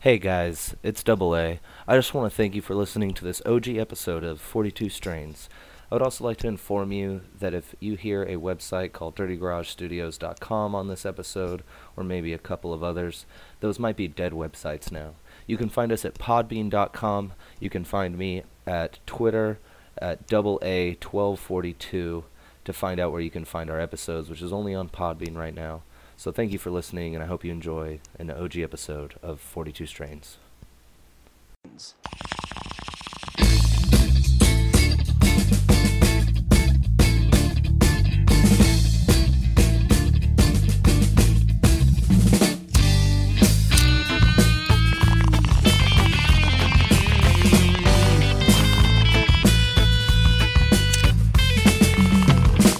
Hey guys, it's Double A. I just want to thank you for listening to this OG episode of 42 Strains. I would also like to inform you that if you hear a website called dirtygaragestudios.com on this episode, or maybe a couple of others, those might be dead websites now. You can find us at podbean.com. You can find me at Twitter at double A 1242 to find out where you can find our episodes, which is only on Podbean right now. So thank you for listening, and I hope you enjoy an OG episode of 42 Strains.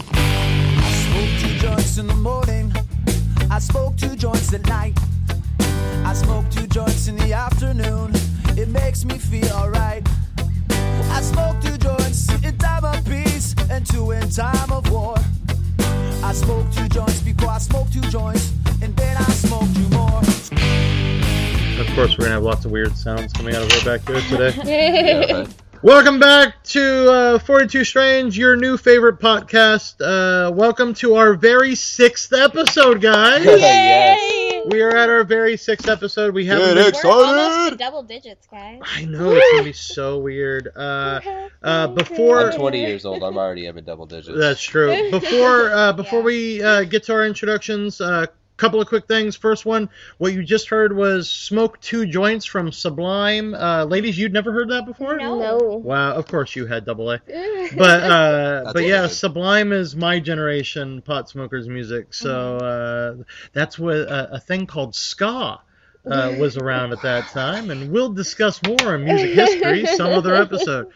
Spoke two joints in the morning. I smoke two joints at night. I smoke two joints in the afternoon. It makes me feel alright. I smoke two joints in time of peace and two in time of war. I smoke two joints before I smoke two joints, and then I smoke two more. Of course, we're gonna have lots of weird sounds coming out of our backyard today. Yeah, welcome back to uh, 42 Strange, your new favorite podcast. Uh, welcome to our very sixth episode, guys. Yes. We are at our very sixth episode. We haven't. Get been- it. We're almost to Excited! double digits, guys. I know it's gonna be so weird. Uh, uh, before I'm 20 years old. I'm already up in double digits. That's true. Before uh, before Yeah. we uh, get to our introductions, a uh, couple of quick things. First one, what you just heard was "Smoke Two Joints" from Sublime. Uh, ladies, you'd never heard that before. No. Wow, of course you had double A. But uh, That's but yeah, weird. Sublime is my generation pot smokers music. So uh, that's what uh, a thing called ska. Uh, was around at that time, and we'll discuss more on music history some other episode.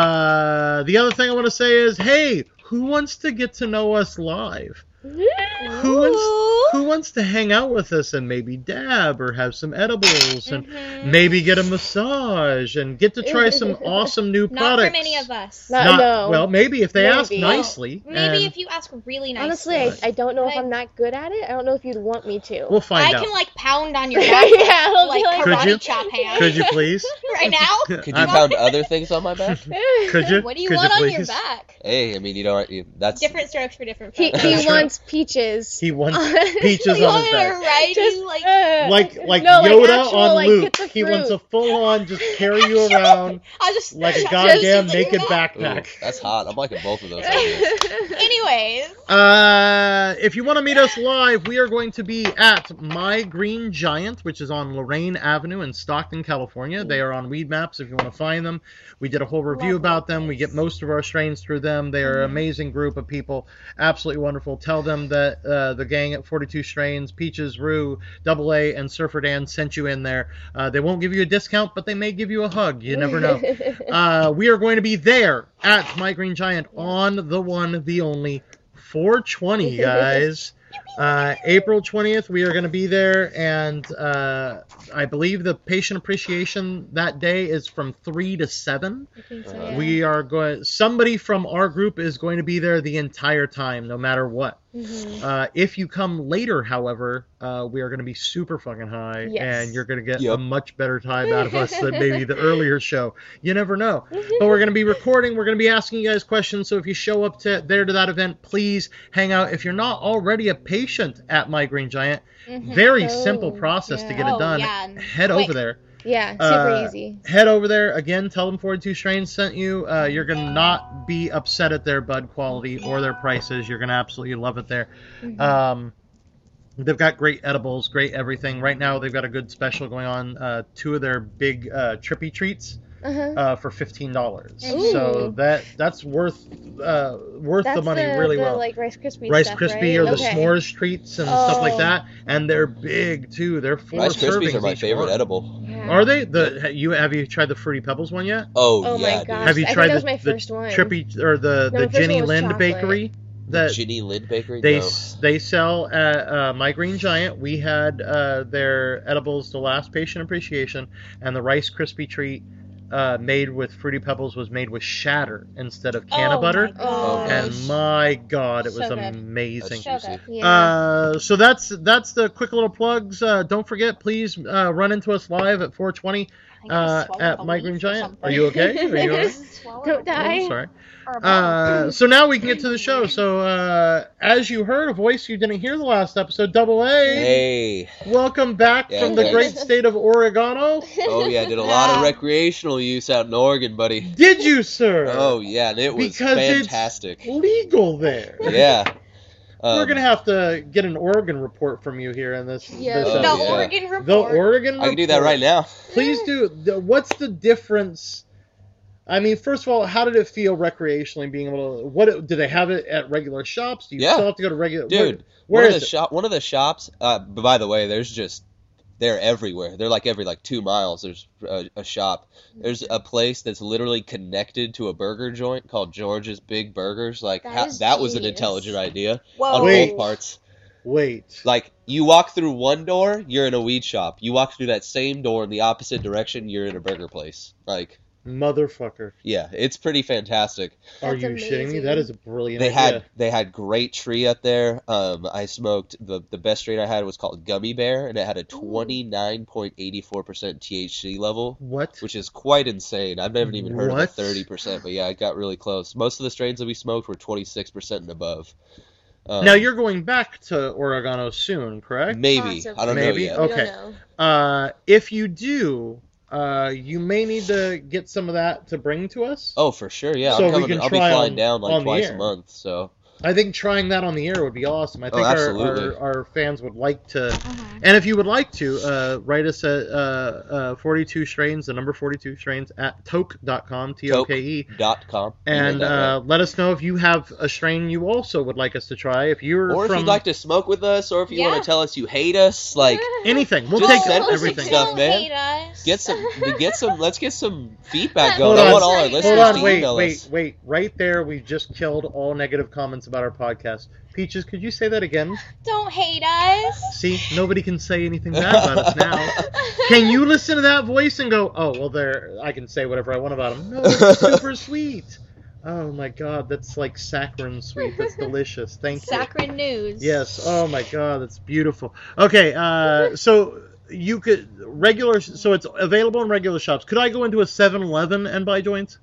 Uh, the other thing I want to say is, hey, who wants to get to know us live? Who wants who wants to hang out with us and maybe dab or have some edibles and Mm-hmm. maybe get a massage and get to try some awesome new Not products? from any of us. Not, Uh, Not- no. Well, maybe if they ask Maybe. nicely. Maybe and if you ask really nicely. honestly, I, I don't know if Like- I'm that good at it. I don't know if you'd want me to. we'll find I out. can like pound on your yeah, back I'll like, be Could karate you? chop hand Could you please? right now. Could you pound other things on my back? like, Could you? What do you Could want you on please? your back? Hey, I mean, you know, you- that's Different strokes for different he, folks. he Sure. wants peaches. He wants peaches you on want his it a back. righty, Just, like uh, Like like no, Yoda actual, on like, Luke. hit the he wants a fruit. full on just carry you around I'll just like a just- goddamn just- naked Ooh, backpack. that's hot. I'm liking both of those. ideas. Anyways, Uh, if you want to meet us live, we are going to be at My Green Giant, which is on Lorraine Avenue in Stockton, California. They are on Weed Maps if you want to find them. We did a whole review Lovely about them. We get most of our strains through them. They are an amazing group of people, absolutely wonderful. Tell them that uh, the gang at 42 Strains, Peaches, Rue, Double A, and Surfer Dan sent you in there. Uh, they won't give you a discount, but they may give you a hug. You never know. uh, we are going to be there at My Green Giant on the one, the only 420, guys. Uh, April 20th, we are going to be there, and uh, I believe the patient appreciation that day is from 3 to 7. Yeah. We are going, somebody from our group is going to be there the entire time, no matter what. Uh, if you come later, however, uh, we are going to be super fucking high, Yes. and you're going to get a Yep. much better time out of us than maybe the earlier show. You never know. But we're going to be recording. We're going to be asking you guys questions. So if you show up to there to that event, please hang out. If you're not already a patient at My Green Giant, very simple Oh, process to yeah. get it Oh, done. yeah. Head over Quick. there yeah, super uh, easy. head over there again tell them 42 strains sent you uh, you're gonna not be upset at their bud quality or their prices you're gonna absolutely love it there Mm-hmm. um, they've got great edibles great everything right now they've got a good special going on uh, two of their big uh, trippy treats Uh-huh. uh, for fifteen dollars, Ooh. so that that's worth uh, worth That's the money really the, well. Like Rice Krispie Rice stuff, Krispie right? or the okay. s'mores treats and stuff like Oh. that, and they're big too. They're four Rice servings Krispies are my each favorite one. edible. Yeah. Are they Mm-hmm. the ha- you have you tried the Fruity Pebbles one yet? Oh, Oh yeah. my gosh! Have you I think tried that the- was my the first one. Trippy or the No, the the first one Jenny was Lind chocolate. Bakery Dude. that Ginny Lid Bakery. they no. s they sell at uh, My Green Giant. We had uh, their edibles, the last patient appreciation, and the Rice Krispie treat. uh, made with Fruity Pebbles was made with shatter instead of Oh canna my butter. gosh. And my god, it was So good. amazing. So Juicy. good. Yeah. Uh, so that's that's the quick little plugs. Uh, don't forget, please uh, run into us live at 420 I think I uh, swallowed at a My leaf Green or Giant. something. Are you okay? Are you all I right? swallowed Don't a die. Oh, sorry. leaf or a bottle. Uh, so now we can get to the show. So uh, as you heard a voice you didn't hear the last episode, Double A. Hey. Welcome back Yeah, from the thanks. great state of Oregano. Oh yeah, I did a lot of Ah. recreational use out in Oregon, buddy. Did you, sir? Oh yeah, and it was Because it's- fantastic. legal there. Yeah. Um, We're gonna have to get an Oregon report from you here in this. Yeah. this Oh, the yeah. episode. Oregon report. The Oregon. I can do that report. right now. Please do. The- What's the difference? I mean, first of all, how did it feel recreationally being able to? What it- do they have it at regular shops? Do you Yeah. still have to go to regular? Dude, where, one where of is the it? shop one of the shops uh b- by the way, there's just they're everywhere. They're like every like 2 miles there's a, a shop. There's a place that's literally connected to a burger joint called George's Big Burgers. Like That how, is that was an genius. Oh. intelligent idea Whoa. on Wait. both parts. Wait. Like you walk through one door, you're in a weed shop. You walk through that same door in the opposite direction, you're in a burger place. Like, Motherfucker. yeah, it's pretty fantastic. Are That's you shitting me? amazing. That is a brilliant They idea. had they had great tree up there. Um, I smoked the the best strain I had was called Gummy Bear, and it had a 29.84 percent THC level, what? which is quite insane. I've never even heard What? of a 30 percent, but yeah, it got really close. Most of the strains that we smoked were 26 percent and above. Um, now you're going back to Oregano soon, correct? maybe I don't Maybe? know yet. We Okay. don't know. Uh, if you do, uh, you may need to get some of that to bring to us. Oh, for sure, yeah. So we I'm coming. can I'll be try flying on- down on like the twice air. a month, so I think trying that on the air would be awesome. I think our, our, Oh, absolutely. our fans would like to. Uh-huh. And if you would like to, uh, write us at uh, uh, 42 strains, the number 42 strains, at toke.com, T O K E. dot com. You know And that, right? uh, let us know if you have a strain you also would like us to try. If you're or if from you'd like to smoke with us, or if you want Yeah. to tell us you hate us, like anything, we'll Just take send us some everything. stuff, Don't man. hate us. get some, get some. Let's get some feedback Hold going. I on. want all our Hold listeners Hold to on, wait, email wait, us. wait. Right there, we've just killed all negative comments about our podcast. Peaches, could you say that again? Don't hate us. See, nobody can say anything bad about us now. Can you listen to that voice and go, oh, well, there, I can say whatever I want about him? No, it's super sweet. Oh my god, that's like saccharine sweet. That's delicious. Thank you. Saccharin news. Yes. Oh my God, that's beautiful. Okay, uh, so you could regular, so it's available in regular shops. Could I go into a 7-Eleven and buy joints?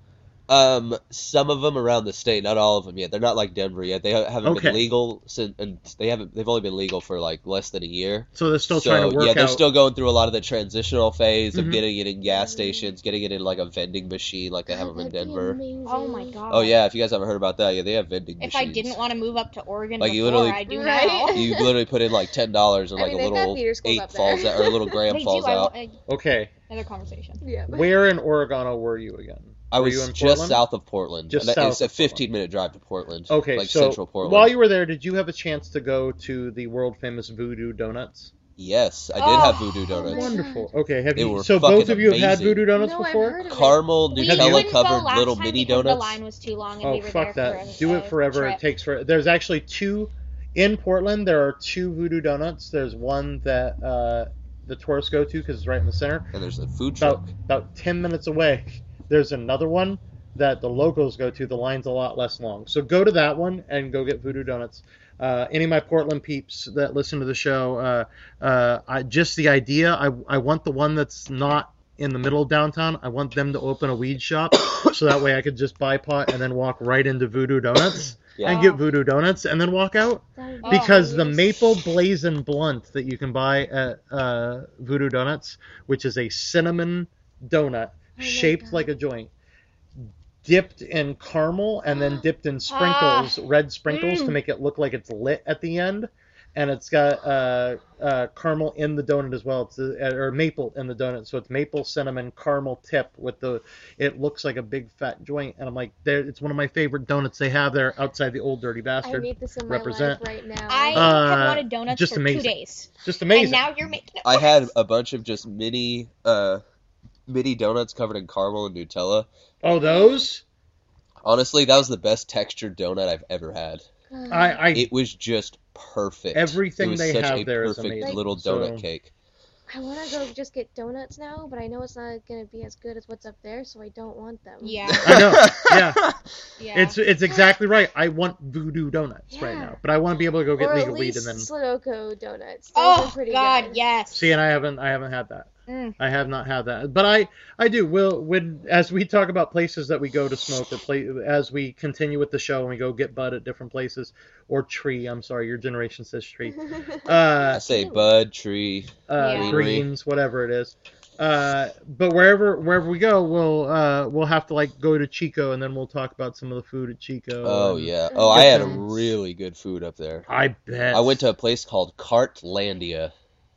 Um, some of them around the state, not all of them yet. They're not like Denver yet. They ha- haven't Okay. been legal since, and they haven't. They've only been legal for like less than a year. So they're still so trying to work yeah, they're out. still going through a lot of the transitional phase Mhm. of getting it in gas stations, getting it in like a vending machine, like they have them in That'd be Denver. amazing. Oh my god. Oh yeah, if you guys haven't heard about that, yeah, they have vending If I machines. didn't want to move up to Oregon Like, you before, literally- I do Right? now. you literally put in like ten dollars and I like mean, a they've got little feeder schools eight up there. falls out or a little gram They do. falls I out. want a- Okay, another conversation. Yeah. where in Oregano were you again? I Were was you in just Portland? south of Portland. Just And south it's of a Portland. 15 minute drive to Portland. Okay, like so central Portland. while you were there, did you have a chance to go to the world famous Voodoo Donuts? Yes, I did Oh, have voodoo donuts. Wonderful. Okay, have They you? were So fucking both of you have had amazing. Voodoo Donuts No, I've before? heard of it. We Caramel Nutella couldn't Nutella go covered last little time mini because The donuts. line was too long, and Oh we were fuck there that! For a- Do a it forever. Trip. It takes forever. There's actually two in Portland. There are two Voodoo Donuts. There's one that uh, the tourists go to because it's right in the center. And there's a food About truck. about ten minutes away, there's another one that the locals go to. The line's a lot less long. So go to that one and go get Voodoo Donuts. Uh, any of my Portland peeps that listen to the show, uh, uh, I, just the idea. I I want the one that's not in the middle of downtown. I want them to open a weed shop so that way I could just buy pot and then walk right into Voodoo Donuts Yeah. and get Voodoo Donuts and then walk out Oh, because the yes. maple blazon blunt that you can buy at uh, Voodoo Donuts, which is a cinnamon donut shaped like a joint, dipped in caramel and then dipped in Ah. sprinkles, red sprinkles, Mm. to make it look like it's lit at the end. And it's got uh, uh, caramel in the donut as well. It's uh, or maple in the donut, so it's maple cinnamon caramel tip with the. It looks like a big fat joint, and I'm like, there. It's one of my favorite donuts they have there outside the old dirty I bastard. need this in represent. my life right now. I Uh, have wanted donuts just for two amazing. days, Just amazing. and now you're making it. I had worse. a bunch of just mini uh mini donuts covered in caramel and Nutella. Oh, those? Honestly, that was the best textured donut I've ever had. God. Uh, I, I It was just perfect. Everything it was they such have a there is perfect amazing, little so- donut cake. I want to go just get donuts now, but I know it's not going to be as good as what's up there, so I don't want them. Yeah. I know. Yeah. Yeah. It's it's exactly right. I want voodoo donuts right Yeah. now, but I want to be able to go get or legal at weed least and then Sudoku donuts. Those are oh pretty God, good. yes. see. And I haven't I haven't had that. Mm. I have not had that, but I I do. Will when as we talk about places that we go to smoke or play as we continue with the show and we go get bud at different places or tree. I'm sorry, your generation says tree. I Uh, say bud tree. uh, Yeah. greens, whatever it is. Uh, but wherever wherever we go, we'll uh, we'll have to like go to Chico and then we'll talk about some of the food at Chico. Oh and- yeah. Oh, I had a Chickens. really good food up there. I bet I went to a place called Cartlandia,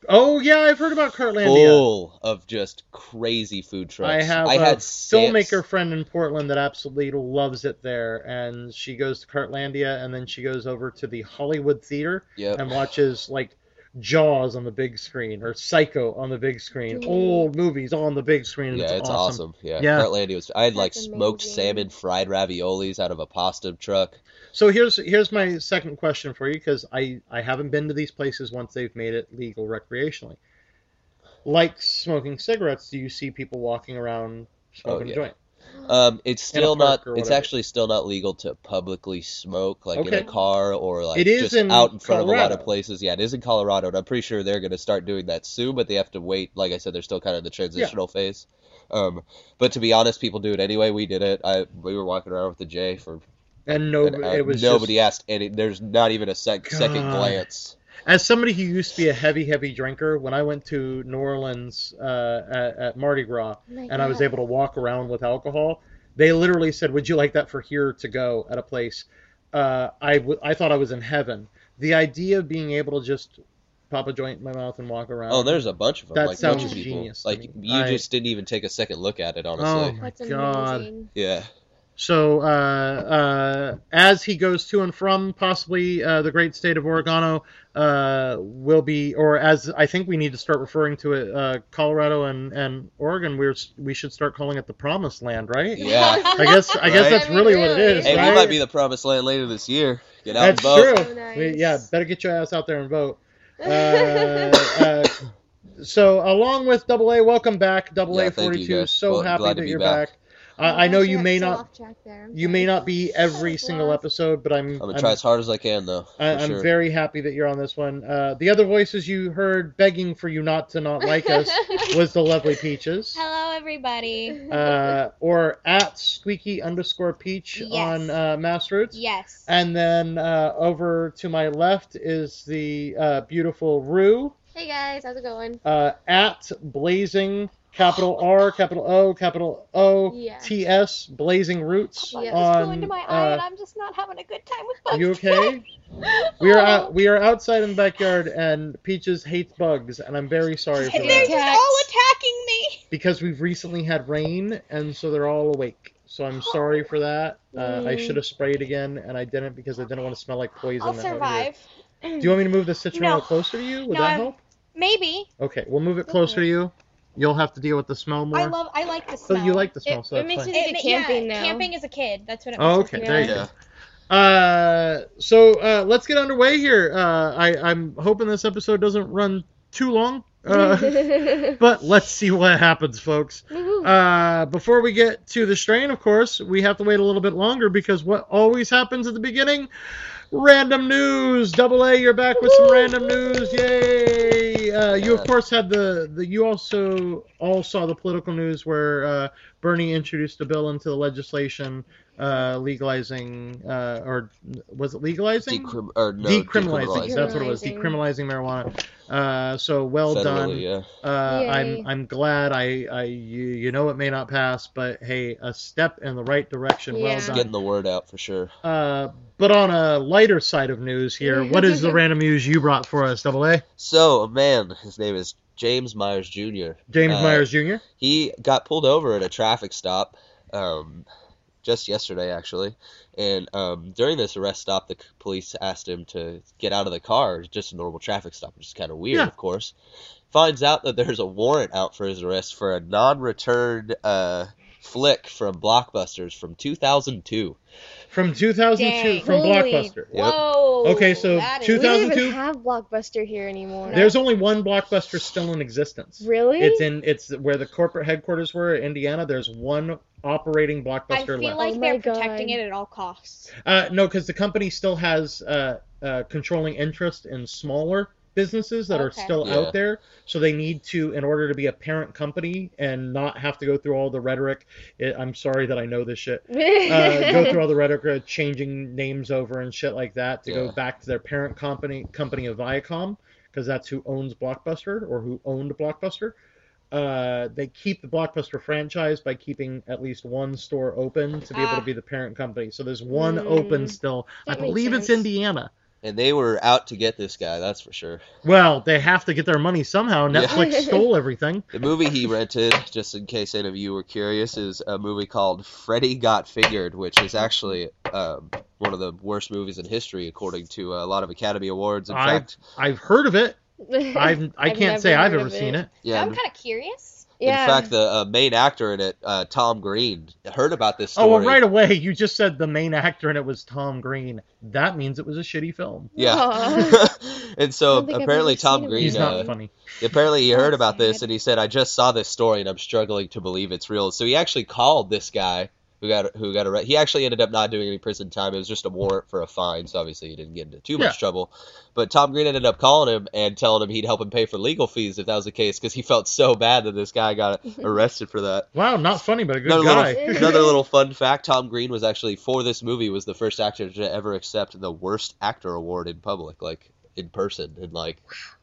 Oh yeah, I've heard about Cartlandia. full of just crazy food trucks. I have I a had six. filmmaker friend in Portland that absolutely loves it there, and she goes to Cartlandia, and then she goes over to the Hollywood Theater Yep. and watches like Jaws on the big screen or Psycho on the big screen, Mm. old movies all on the big screen. and Yeah, it's awesome. Yeah, Yeah. Heartlandia was. I had like That's smoked amazing. salmon, fried raviolis out of a pasta truck. So here's here's my second question for you because I I haven't been to these places once they've made it legal recreationally. Like smoking cigarettes, do you see people walking around smoking Oh, yeah. a joint? Um, it's In a still park not. or It's whatever. actually still not legal to publicly smoke, like in a Okay. car or like It is just in out in front of a lot of Colorado. places. Yeah, it is in Colorado, and I'm pretty sure they're going to start doing that soon. But they have to wait. Like I said, they're still kind of in the transitional phase. Um, but to be honest, people do it anyway. We did it. I we were walking around with the J for And no, an hour. Oh, it was uh, nobody just- asked any. There's not even a sec, second God. glance. as somebody who used to be a heavy, heavy drinker, when I went to New Orleans uh, at, at Mardi Gras Oh my and I was God. able to walk around with alcohol, they literally said, "Would you like that for here to go at a place?" Uh, I w- I thought I was in heaven. The idea of being able to just pop a joint in my mouth and walk around. Oh, there's a bunch of them. That like bunch sounds of people. genius to Like me. you I- just didn't even take a second look at it, Oh honestly. my That's god. amazing. Yeah. So, uh, uh, as he goes to and from possibly uh, the great state of Oregano, uh, will be, or as I think we need to start referring to it, uh, Colorado and, and Oregon, we're we should start calling it the Promised Land, right? Yeah. I guess I guess Right? that's really what it is, Hey, right? we might be the promised land later this year. Get out that's and vote. true. So Oh, nice. We- yeah, better get your ass out there and vote. Uh, uh, so, along with Double A, welcome back, Double Yeah, A thank you, forty two. guys. So Well, happy glad to that be you're back. back. I, I know you may not You may not be every Lost. single episode, but I'm I'm gonna I'm- try as hard as I can though. For I- I'm sure. very happy that you're on this one. Uh, the other voices you heard begging for you not to not like us was the lovely Peaches, Hello, everybody. uh, or at Squeaky underscore Peach Yes. on uh, Massroots, Yes. and then uh, over to my left is the uh, beautiful Rue Hey guys, how's it going? uh, at Blazing capital R capital O capital O Yeah. T S Blazing Roots Bugs Yeah. just on. flew into my eye, uh, and I'm just not having a good time with bugs. you okay? We are out, we are outside in the backyard, and Peaches hates bugs, and I'm very sorry for And they're that just all attacking me. because we've recently had rain, and so they're all awake. So I'm sorry for that. Uh, I Mm. should have sprayed again, and I didn't because I didn't want to smell like poison. I'll out here. survive. Do you want me to move the citron No. closer to you? Would No, that I'm- help? Maybe. Okay, we'll move it closer to you. You'll have to deal with the smell more. I love. I like the so smell. you like the smell, It- so it that's makes fine. it- Into ma- camping now. Camping as a kid. That's what it Oh, makes okay, me there you feel. go. Yeah. Uh, so uh, let's get underway here. Uh, I, I'm hoping this episode doesn't run too long. Uh, but let's see what happens, folks. Uh, before we get to the strain, of course, we have to wait a little bit longer because what always happens at the beginning? Random news. Double A, you're back with some random news. Yay! Uh, you of Yeah. course had the, the you also all saw the political news where uh, Bernie introduced a bill into the legislation uh, legalizing uh, or was it legalizing? Decrim- or no, decriminalizing. decriminalizing. That's what it was. Decriminalizing marijuana. Uh, so well Federally, done. yeah. Uh, Yay. I'm I'm glad I, I you, you know it may not pass, but hey, a step in the right direction. Well Yeah. done. Getting the word out for sure. Uh, but on a lighter side of news here, what is the random news you brought for us, Double A? So a man, his name is James Myers Jr. James Uh, Myers Jr. he got pulled over at a traffic stop um, just yesterday actually and um, during this arrest stop the c- police asked him to get out of the car It was just a normal traffic stop which is kind of weird Yeah. of course finds out that there's a warrant out for his arrest for a non-returned uh, flick from Blockbusters from 2002. From 2002, Dang. from Holy- Blockbuster. Yep. Whoa. Okay, so that is- We don't 2002 even have Blockbuster here anymore. There's only one Blockbuster still in existence. really? It's in it's where the corporate headquarters were in Indiana. There's one operating I Blockbuster feel left. like Oh my they're protecting God. it at all costs. Uh, no, because the company still has uh, uh, controlling interest in smaller businesses that are Okay. still Yeah. out there. So they need to, in order to be a parent company and not have to go through all the rhetoric. It, I'm sorry that I know this shit. Uh, go through all the rhetoric of changing names over and shit like that to go Yeah. back to their parent company company of Viacom because that's who owns Blockbuster or who owned Blockbuster. Uh, they keep the Blockbuster franchise by keeping at least one store open to be able Ah. to be the parent company. So there's one Mm. open still. That I makes believe it's sense. Indiana. And they were out to get this guy, that's for sure. Well, they have to get their money somehow. Yeah. Netflix stole everything. The movie he rented, just in case any of you were curious, is a movie called Freddy Got Figured, which is actually um, one of the worst movies in history, according to a lot of Academy Awards. In I- fact, I've heard of it. I've I I've can't say never I've heard ever of seen it. it. yeah. I'm kind of curious. yeah. In fact, the uh, main actor in it, uh, Tom Green, heard about this story. Oh, well, right away, you just said the main actor and it was Tom Green. That means it was a shitty film. Yeah. Aw. and I so don't think I've apparently ever Tom seen a Green He's movie. uh, not funny. apparently he That's heard about this sad. and he said I just saw this story and I'm struggling to believe it's real. So he actually called this guy who got who got arrested. He actually ended up not doing any prison time. It was just a warrant for a fine, so obviously he didn't get into too Yeah. much trouble. But Tom Green ended up calling him and telling him he'd help him pay for legal fees if that was the case because he felt so bad that this guy got arrested for that. Wow, not funny, but a good Another guy. little, another little fun fact: Tom Green was actually for this movie was the first actor to ever accept the worst actor award in public, like in person and like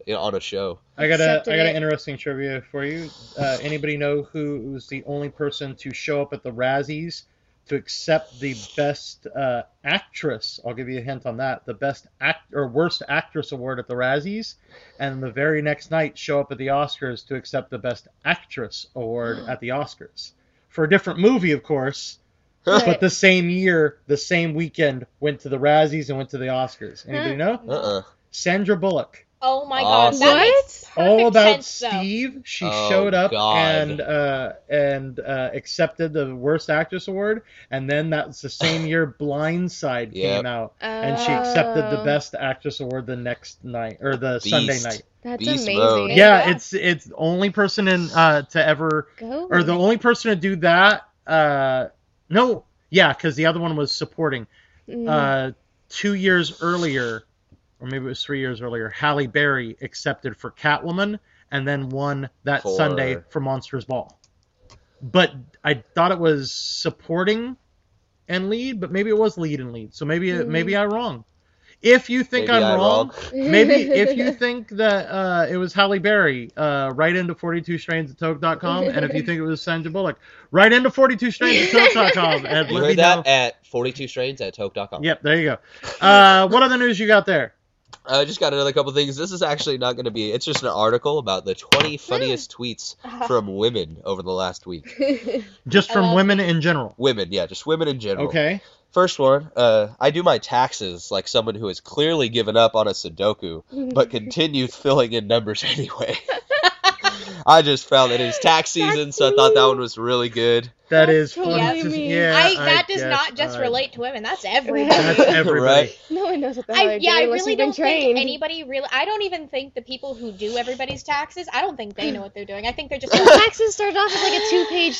you know, on a show. I got a Accepted I got an it. interesting trivia for you. Uh, anybody know who was the only person to show up at the Razzies to accept the best uh, actress? I'll give you a hint on that. The best act or worst actress award at the Razzies, and the very next night show up at the Oscars to accept the best actress award at the Oscars for a different movie, of course. But Right. the same year, the same weekend, went to the Razzies and went to the Oscars. Anybody Hmm. know? Uh-uh. Sandra Bullock. Oh my Awesome. god. That makes perfect all about sense, though. Steve. She Oh, showed up God. and uh, and uh, accepted the worst actress award, and then that's the same year Blindside Yep. came out, and she accepted Oh. the best actress award the next night or the Sunday Beast. night. That's Beast amazing. Mode. There you yeah, go. it's it's the only person in uh, to ever Go. or the only person to do that. Uh, no, yeah, because the other one was supporting. Mm. Uh, two years earlier, or maybe it was three years earlier, Halle Berry accepted for Catwoman and then won that For- Sunday for Monsters Ball. But I thought it was supporting and lead, but maybe it was lead and lead. So maybe Mhm. maybe I'm wrong. If you think Mm-hmm. Maybe I'm I'm wrong, maybe if you think that uh, it was Halle Berry, uh, write into 42strains at toke.com. And if you think it was Sandra Bullock, write into 42strains at toke.com. And You let me heard that know. at 42 strains at toke.com. Yep, there you go. Uh, what other news you got there? I just got another couple things. This is actually not going to be. It's just an article about the Hmm. 20 funniest tweets from women over the last week. Just I from love women in general. Women, yeah, just women in general. Okay. First one, uh, I do my taxes like someone who has clearly given up on a Sudoku, but continues filling in numbers anyway. I just found that it's tax season, so I thought that one was really good. That is totally funny. me. Yeah, I, that does guess uh, not just I- relate to women. That's everybody. That's everybody. Right? no one knows what the hell I, they're yeah, I doing unless really you've been don't trained. think anybody really. I don't even think the people who do everybody's taxes. I don't think they know what they're doing. I think they're just. like, Taxes start off as like a two-page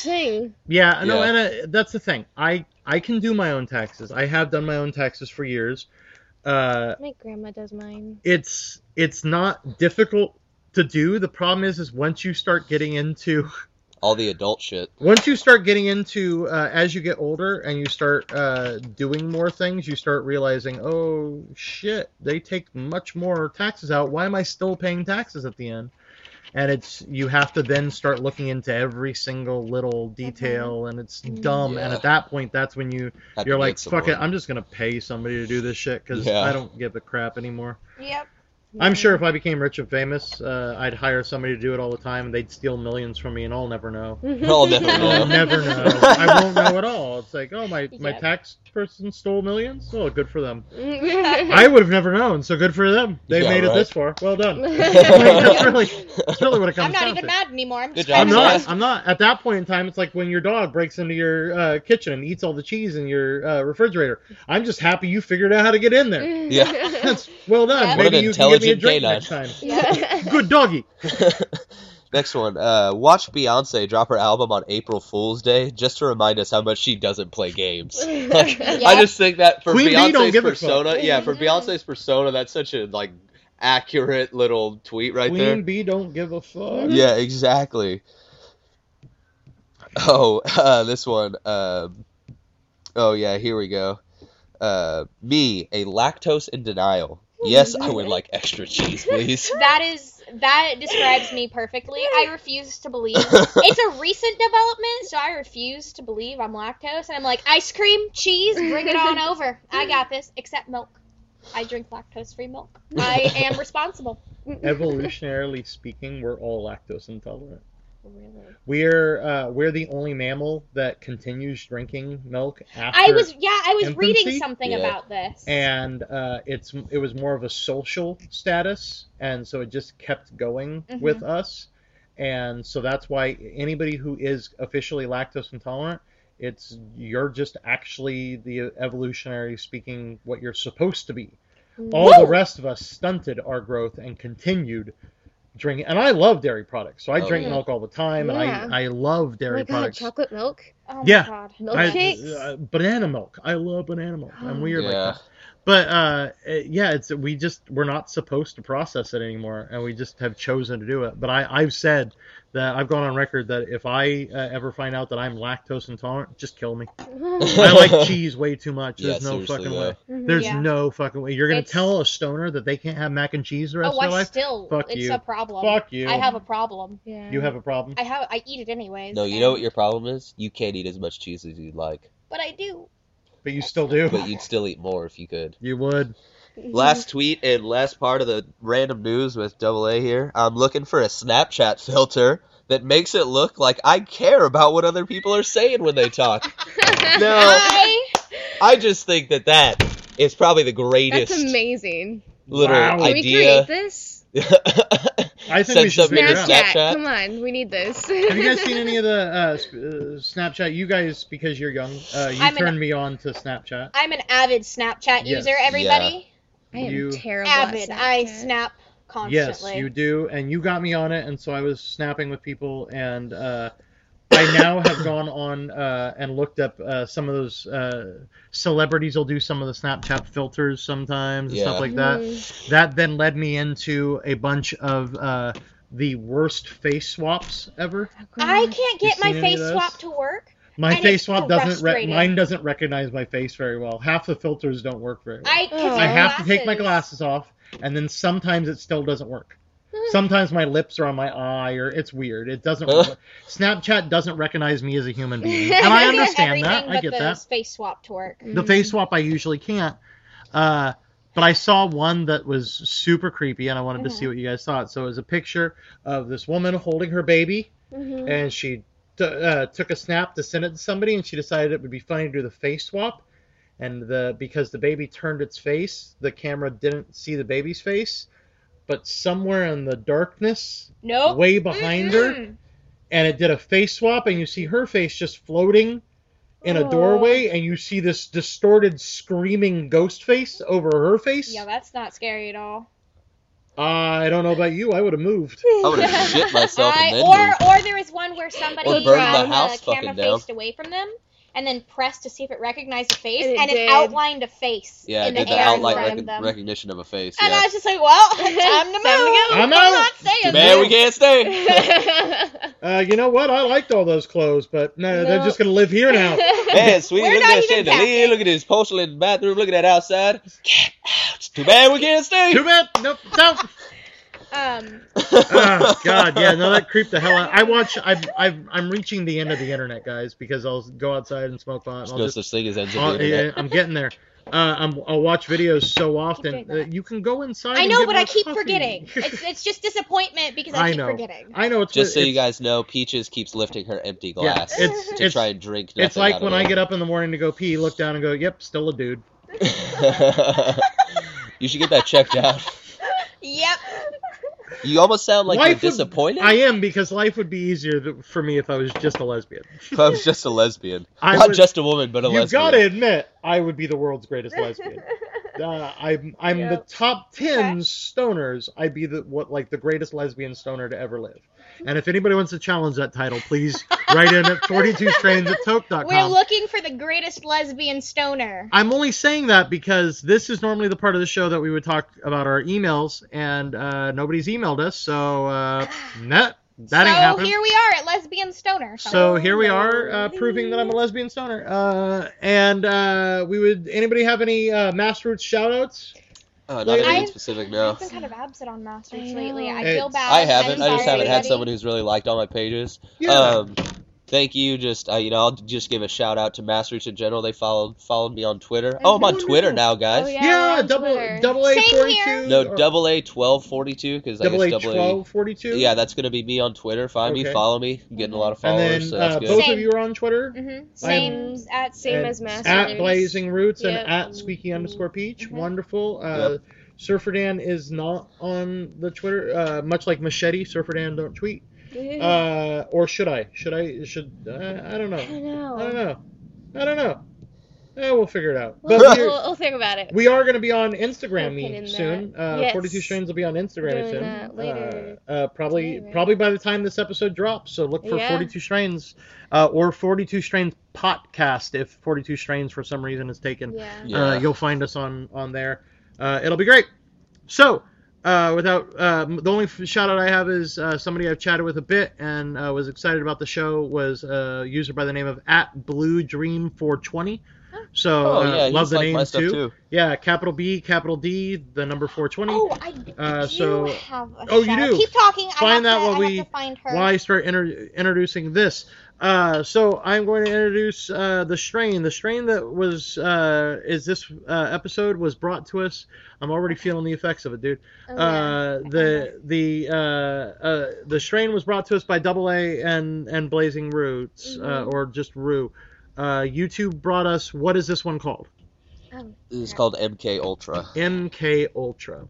thing. Yeah, no, Yeah. and uh, that's the thing. I I can do my own taxes. I have done my own taxes for years. Uh, My grandma does mine. it's it's not difficult to do. The problem is, is once you start getting into All the adult shit. once you start getting into uh, as you get older and you start uh, doing more things you start realizing oh shit they take much more taxes out why am i still paying taxes at the end and it's you have to then start looking into every single little detail and it's dumb and Yeah. at that point that's when you Had to you're like date fuck someone. it i'm just gonna pay somebody to do this shit because Yeah. i don't give a crap anymore yep. I'm sure if I became rich and famous, uh, I'd hire somebody to do it all the time, and they'd steal millions from me, and I'll never know. I'll never I'll know. never know. I won't know at all. It's like, oh, my, my Yeah. tax person stole millions? Oh, good for them. I I would have never known, so good for them. They Yeah, made it right. this far. Well done. Like, that's, really, that's really what it comes I'm not down even to. mad anymore. I'm Good just job, I'm kinda Sorry. not. stressed. I'm not. At that point in time, it's like when your dog breaks into your uh, kitchen and eats all the cheese in your uh, refrigerator. I'm just happy you figured out how to get in there. Yeah. That's well done. What Maybe an you can give me a intelligent drink canine. next time. yeah. Good doggy. Next one. Uh, watch Beyonce drop her album on April Fool's Day just to remind us how much she doesn't play games. Like, I Yeah. just think that for Queen Bee don't Beyonce's give a fuck. persona, yeah, for Mm-hmm. Mhm. Beyonce's persona, that's such a like accurate little tweet right Queen there. bee don't give a fuck. Yeah, exactly. Oh, uh, this one. Um oh yeah, here we go. Uh, me, a lactose in denial. Yes, I would like extra cheese, please. That is that describes me perfectly. I refuse to believe it's a recent development, so I refuse to believe I'm lactose. And I'm like ice cream, cheese, bring it on over. I got this. Except milk. I drink lactose-free milk. I am responsible. Evolutionarily speaking, we're all lactose intolerant. Really? We're uh, we're the only mammal that continues drinking milk after. I was yeah, I was Infancy? reading something Yeah. about this. and uh, it's it was more of a social status, and so it just kept going Mm-hmm. Mhm. with us, and so that's why anybody who is officially lactose intolerant, it's you're just actually the evolutionary speaking what you're supposed to be. All the rest of us stunted our growth and continued drinking. And I love dairy products, so I Oh, drink yeah. milk all the time, Yeah. and I I love Oh dairy my god, products. chocolate milk? oh my yeah. god. I- Milkshakes? uh, banana milk. I love banana milk. I'm weird like Yeah. that. But uh, it- yeah, it's we just we're not supposed to process it anymore, and we just have chosen to do it. But I I've said that I've gone on record that if I uh, ever find out that I'm lactose intolerant, just kill me. I like cheese way too much. Yeah, There's no seriously, fucking though. way. There's Yeah. no fucking way. You're gonna It's- tell a stoner that they can't have mac and cheese the rest Oh, of their I life. still Fuck it's you. a problem. Fuck you. I have a problem. yeah. You have a problem. I have I eat it anyways. No, you and- know what your problem is? You can't eat as much cheese as you'd like, But I do. But you still do. but you'd still eat more if you could. You would. Last tweet and last part of the random news with double A here. I'm looking for a Snapchat filter that makes it look like I care about what other people are saying when they talk. no, I I just think that that is probably the That's greatest amazing. little Wow. Can Can we idea. create this? I think we Send should something figure to it out. Snapchat. Snapchat. Come on, we need this. Have you guys seen any of the uh, sp- uh, Snapchat? You guys, because you're young, uh, you I'm an- turned me on to Snapchat. I'm an avid Snapchat Yes. user, everybody. I am You- terrible. at Avid. I Snapchat. snap Yes, constantly. you do, and you got me on it, and so I was snapping with people, and uh, I now have gone on uh, and looked up uh, some of those uh, celebrities. Will do some of the Snapchat filters sometimes and Yeah. stuff like that. Mm. Mm-hmm. That then led me into a bunch of uh, the worst face swaps ever. I can't get You my seen any of face those? swap to work. My And face it's swap so doesn't re- frustrating. mine doesn't recognize my face very well. Half the filters don't work very well. I, 'cause Oh. my I have to take my glasses. Hmm. glasses off, and then sometimes it still doesn't work. Sometimes my lips are on my eye, or it's weird. It doesn't. Huh? Snapchat doesn't recognize me as a human being, and I understand that. Everything I but get the that. Face swap to work. The face swap I usually can't, uh, but I saw one that was super creepy, and I wanted to see what you guys thought. So it was a picture of this woman holding her baby, Mhm. and she t- uh, took a snap to send it to somebody, and she decided it would be funny to do the face swap, and the because the baby turned its face, the camera didn't see the baby's face, but somewhere in the darkness, Oh, Nope. way behind her, mm-hmm. Mm-mm. and it did a face swap, and you see her face just floating in a Oh. doorway, and you see this distorted, screaming ghost face over her face. Uh, Yeah, that's not scary at all. I don't know about you, I would have moved. I would have shit myself I, and then moved. or or there is one where somebody Or had burn the the house fucking camera down. faced away from them and then pressed to see if it recognized a face And it and did. it outlined a face Yeah, in did the the air outline in front recog- of them. recognition of a face. And I Yeah. was just like, well, time to move. Time to go. I'm, I'm out. not saying Man, we that. can't stay. Uh, you know what? I liked all those clothes, but no, they're No. just gonna live here now. Man, sweet. We're look not at that even chandelier. packing. Look at this porcelain bathroom. Look at that outside. Get out. Too bad we can't stay. Too bad. Nope. Nope. Um, oh god yeah no that creeped the hell out i watch I've, I've i'm reaching the end of the internet guys because i'll go outside and smoke pot and There's i'll no just such thing as ends of I'll- the internet. Uh, yeah, i'm getting there uh, I'm, I'll watch videos so doing often. that. Uh, you can go inside. I and know, get but I more keep coffee. forgetting. It's, it's just disappointment because I, I keep know. forgetting. I know it's Just so it's, you guys know, Peaches keeps lifting her empty Yeah, glass it's- to it's- try and drink. It's nothing like out when of I it. get up in the morning to go pee, look down and go, "Yep, still a dude." you should get that checked out. Yep. You almost sound like Life you're would- disappointed. I am because life would be easier th- for me if I was just a lesbian. If I was just a lesbian, I not would- just a woman, but a You've lesbian. got to admit, I would be the world's greatest lesbian. Uh, I'm I'm Yep. the top ten Okay. stoners. I'd be the what like the greatest lesbian stoner to ever live. And if anybody wants to challenge that title, please write in at 42strains at We're toke.com. looking for the greatest lesbian stoner. I'm only saying that because this is normally the part of the show that we would talk about our emails, and uh, nobody's emailed us, so uh, nah, that so ain't happening. here we are at lesbian stoner. So here we are, uh, proving that I'm a lesbian stoner. Uh, and uh, we would anybody have any uh, Massroots shout outs? Uh, not Like- anything I- specific, I've no. been kind of absent on Masters I lately. know. I feel It's- bad. I haven't. I I'm just sorry, haven't had everybody. someone who's really liked all my pages. Yeah. Um, thank you. Just uh, you know, I'll just give a shout out to Masterroots in general. They followed followed me on Twitter. oh, I'm on who Twitter knew? now, guys. Oh, yeah. yeah, we're on double Twitter. double A Same forty here. two. No, double A twelve forty two because I double guess A double A. twelve forty two. Yeah, that's gonna be me on Twitter. Find me, Okay. follow me. I'm getting a lot and of followers, then so that's uh, good. both Same. of you are on Twitter. Mhm. I'm- Same at Same And as Master At Roots. Blazing Roots Yep. and at Squeaky underscore Peach. Mhm. Wonderful. Uh, Surfer Dan is not on the Twitter, uh, much like Machete. Surfer Dan don't tweet. Uh, or should I? Should I? Should uh, I don't I know. don't know. I don't know. I don't know. Eh, we'll figure it out. We'll, But we'll, here- we'll think about it. we are going to be on We'll pin in Instagram that. soon. Uh, Yes. 42 Strains will be on We're Instagram doing soon. that later Uh, uh, probably today, right? probably by the time this episode drops. So look for Yeah. 42 Strains uh, or 42 Strains podcast if 42 Strains for some reason is taken. Yeah. Yeah. Uh, you'll find us on on there. Uh, it'll be great. So, uh, without uh, the only f- shout out I have is uh, somebody I've chatted with a bit and uh, was excited about the show was uh, a user by the name of at Blue Dream 420. So oh uh, yeah, he's love the like name my stuff too. Yeah, capital B, capital D, the number 420. Oh, I do Uh, so- have a Oh, you shout. do. Keep talking. I have Find that to, while I have we- to find her. Why start inter- introducing this? Uh, so I'm going to introduce uh, the strain. The strain that was uh, is this uh, episode was brought to us. I'm already feeling the effects of it, dude. Oh, yeah. Uh, the the uh, uh, the strain was brought to us by Double A and and Blazing Roots uh, Mhm. or just Rue. Uh, YouTube brought us what is this one called? Oh. It's called MK Ultra. MK Ultra.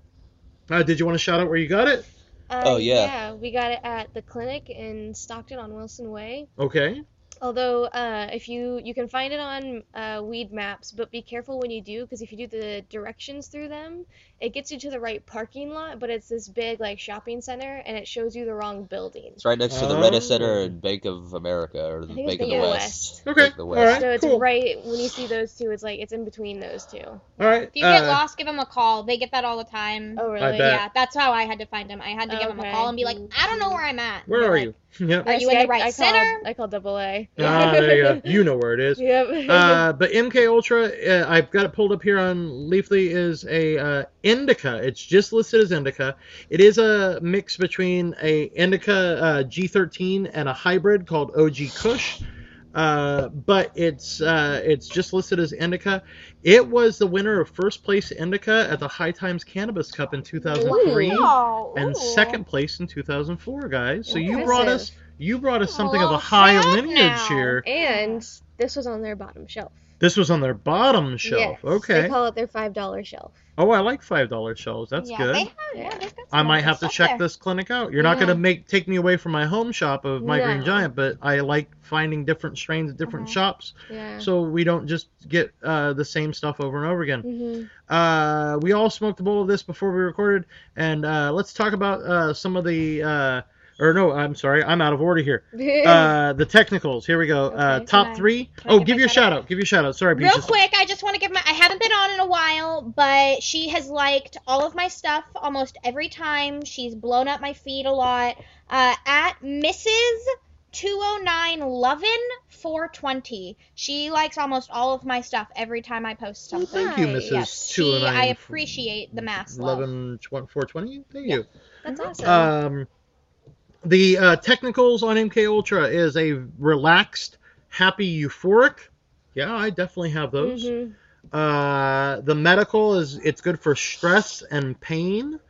Uh, did you want to shout out where you got it? Uh, Oh, yeah. Yeah, we got it at the clinic in Stockton on Wilson Way. Okay. Although, uh, if you you can find it on uh, weed maps, but be careful when you do, because if you do the directions through them, it gets you to the right parking lot, but it's this big like shopping center, and it shows you the wrong building. It's right next to the Oh. Rena Center and Bank of America or the think it's Bank of Bank the of the West. West. Okay, Bank of the all West. right. So it's cool. right when you see those two, it's like it's in between those two. All right. If you get uh, lost, give them a call. They get that all the time. Oh, really? bet. Yeah, that's how I had to find him. I had to give him a Okay. call and be like, I don't know where I'm at. Where They're are like, you? Yep. Are I you see, in the I- right I center? Called, I called double A. ah, there you go. You know where it is. Yep. Uh, but MK Ultra, uh, I've got it pulled up here on Leafly, is a uh, indica. It's just listed as indica. It is a mix between a indica uh, G13 and a hybrid called OG Kush. Uh, but it's uh, it's just listed as indica. It was the winner of first place indica at the High Times Cannabis Cup in 2003 Wow, and Oh, ooh. second place in 2004, guys. So you brought us Impressive. you brought us I'm a something of a little high sad lineage now. here. and this was on their bottom shelf. This was on their bottom shelf. Yes, They Okay. call it their five dollar shelf. Oh, I like five dollar shelves. That's yeah, good. They have, yeah, Yeah. they've got I some might good have to stuff check there. this clinic out. You're not Yeah. gonna make take me away from my home shop of my green No. giant, but I like finding different strains at different Mhm. shops, Yeah. so we don't just get uh, the same stuff over and over again. hmm Uh, we all smoked a bowl of this before we recorded, and uh, let's talk about uh, some of the. Uh, or no, I'm sorry, I'm out of order here. Uh, the technicals. Here we go. uh, Okay, top can I- three. can I Oh, give give my your shout shout out. Give your shout out. Sorry, Real Peaches. quick, I just want to give my. I haven't been on in a while, but she has liked all of my stuff almost every time. She's blown up my feed a lot. Uh, at Mrs. 209 Lovin 420. She likes almost all of my stuff every time I post Well, something. thank you, oh Nice. Mrs. Yes, she, 209. I appreciate the mass love. 11, 420. Thank you. That's awesome. Um, the uh, technicals on MK Ultra is a relaxed, happy, euphoric. Yeah, I definitely have those. Mhm. Uh, the medical is it's good for stress and pain.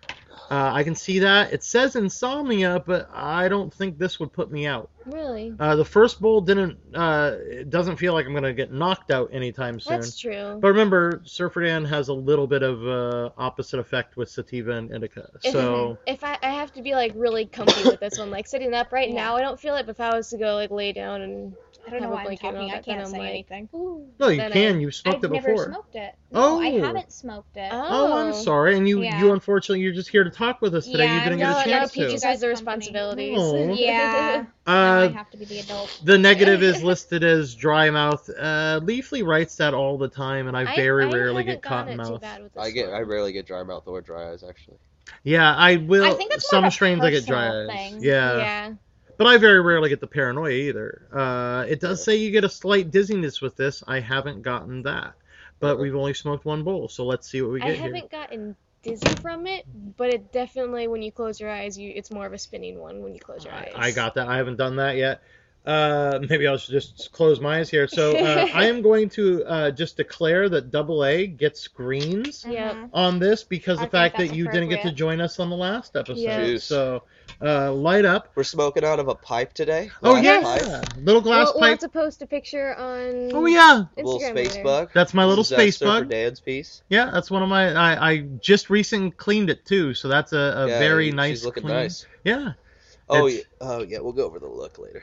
Uh, I can see that. It says insomnia, but I don't think this would put me out. Really? Uh, the first bowl didn't. Uh, it doesn't feel like I'm gonna get knocked out anytime soon. That's true. But remember, Surfridan has a little bit of uh, opposite effect with sativa and indica. If- So if I, I have to be like really comfy with this one, like sitting up right now, I don't feel it. But if I was to go like lay down and I don't know have why a I'm blanket and all talking. I that, then can't I'm say like, anything. ooh, no, you then I- can. You've smoked I've it never before. smoked it. No, I Oh. haven't smoked it. Oh, I'm sorry. And you, Yeah. you unfortunately, you're just here to talk with us today. Yeah, you didn't No, get no, a now chance you Peaches guys to. Oh. has the company. responsibilities. Aw. Yeah. now I Uh, have to be the adult. the negative is listed as dry mouth. Uh, Leafly writes that all the time, and I very rarely haven't get gotten cotton it too mouth. bad with I this get one. I rarely get dry mouth or dry eyes actually. Yeah, I will. I think that's more some of a strains I get dry personal eyes. thing. Yeah. yeah. but I very rarely get the paranoia either. Uh, it does say you get a slight dizziness with this. I haven't gotten that, but Okay. we've only smoked one bowl, so let's see what we I get here. haven't gotten dizzy from it, but it definitely when you close your eyes, you it's more of a spinning one when you close your eyes. I got that. I haven't done that yet. Uh, maybe I'll just close my eyes here. So uh, I am going to uh, just declare that Double A gets greens Yep. Mhm. on this because I the think fact that that's you didn't get to appropriate. join us on the last episode. Yeah. Jeez. So uh, light up. We're smoking out of a pipe today. Oh Live yeah, pipe. little glass We'll, we'll have pipe. to post a picture on. Oh yeah, Little Instagram space later. bug. that's my little This is, uh, space Surfer bug. Dan's piece. Yeah, that's one of my. I, I just recently cleaned it too, so that's a, a yeah, very she's nice. looking clean- nice. Yeah. Oh yeah. It's- oh yeah, we'll go over the look later.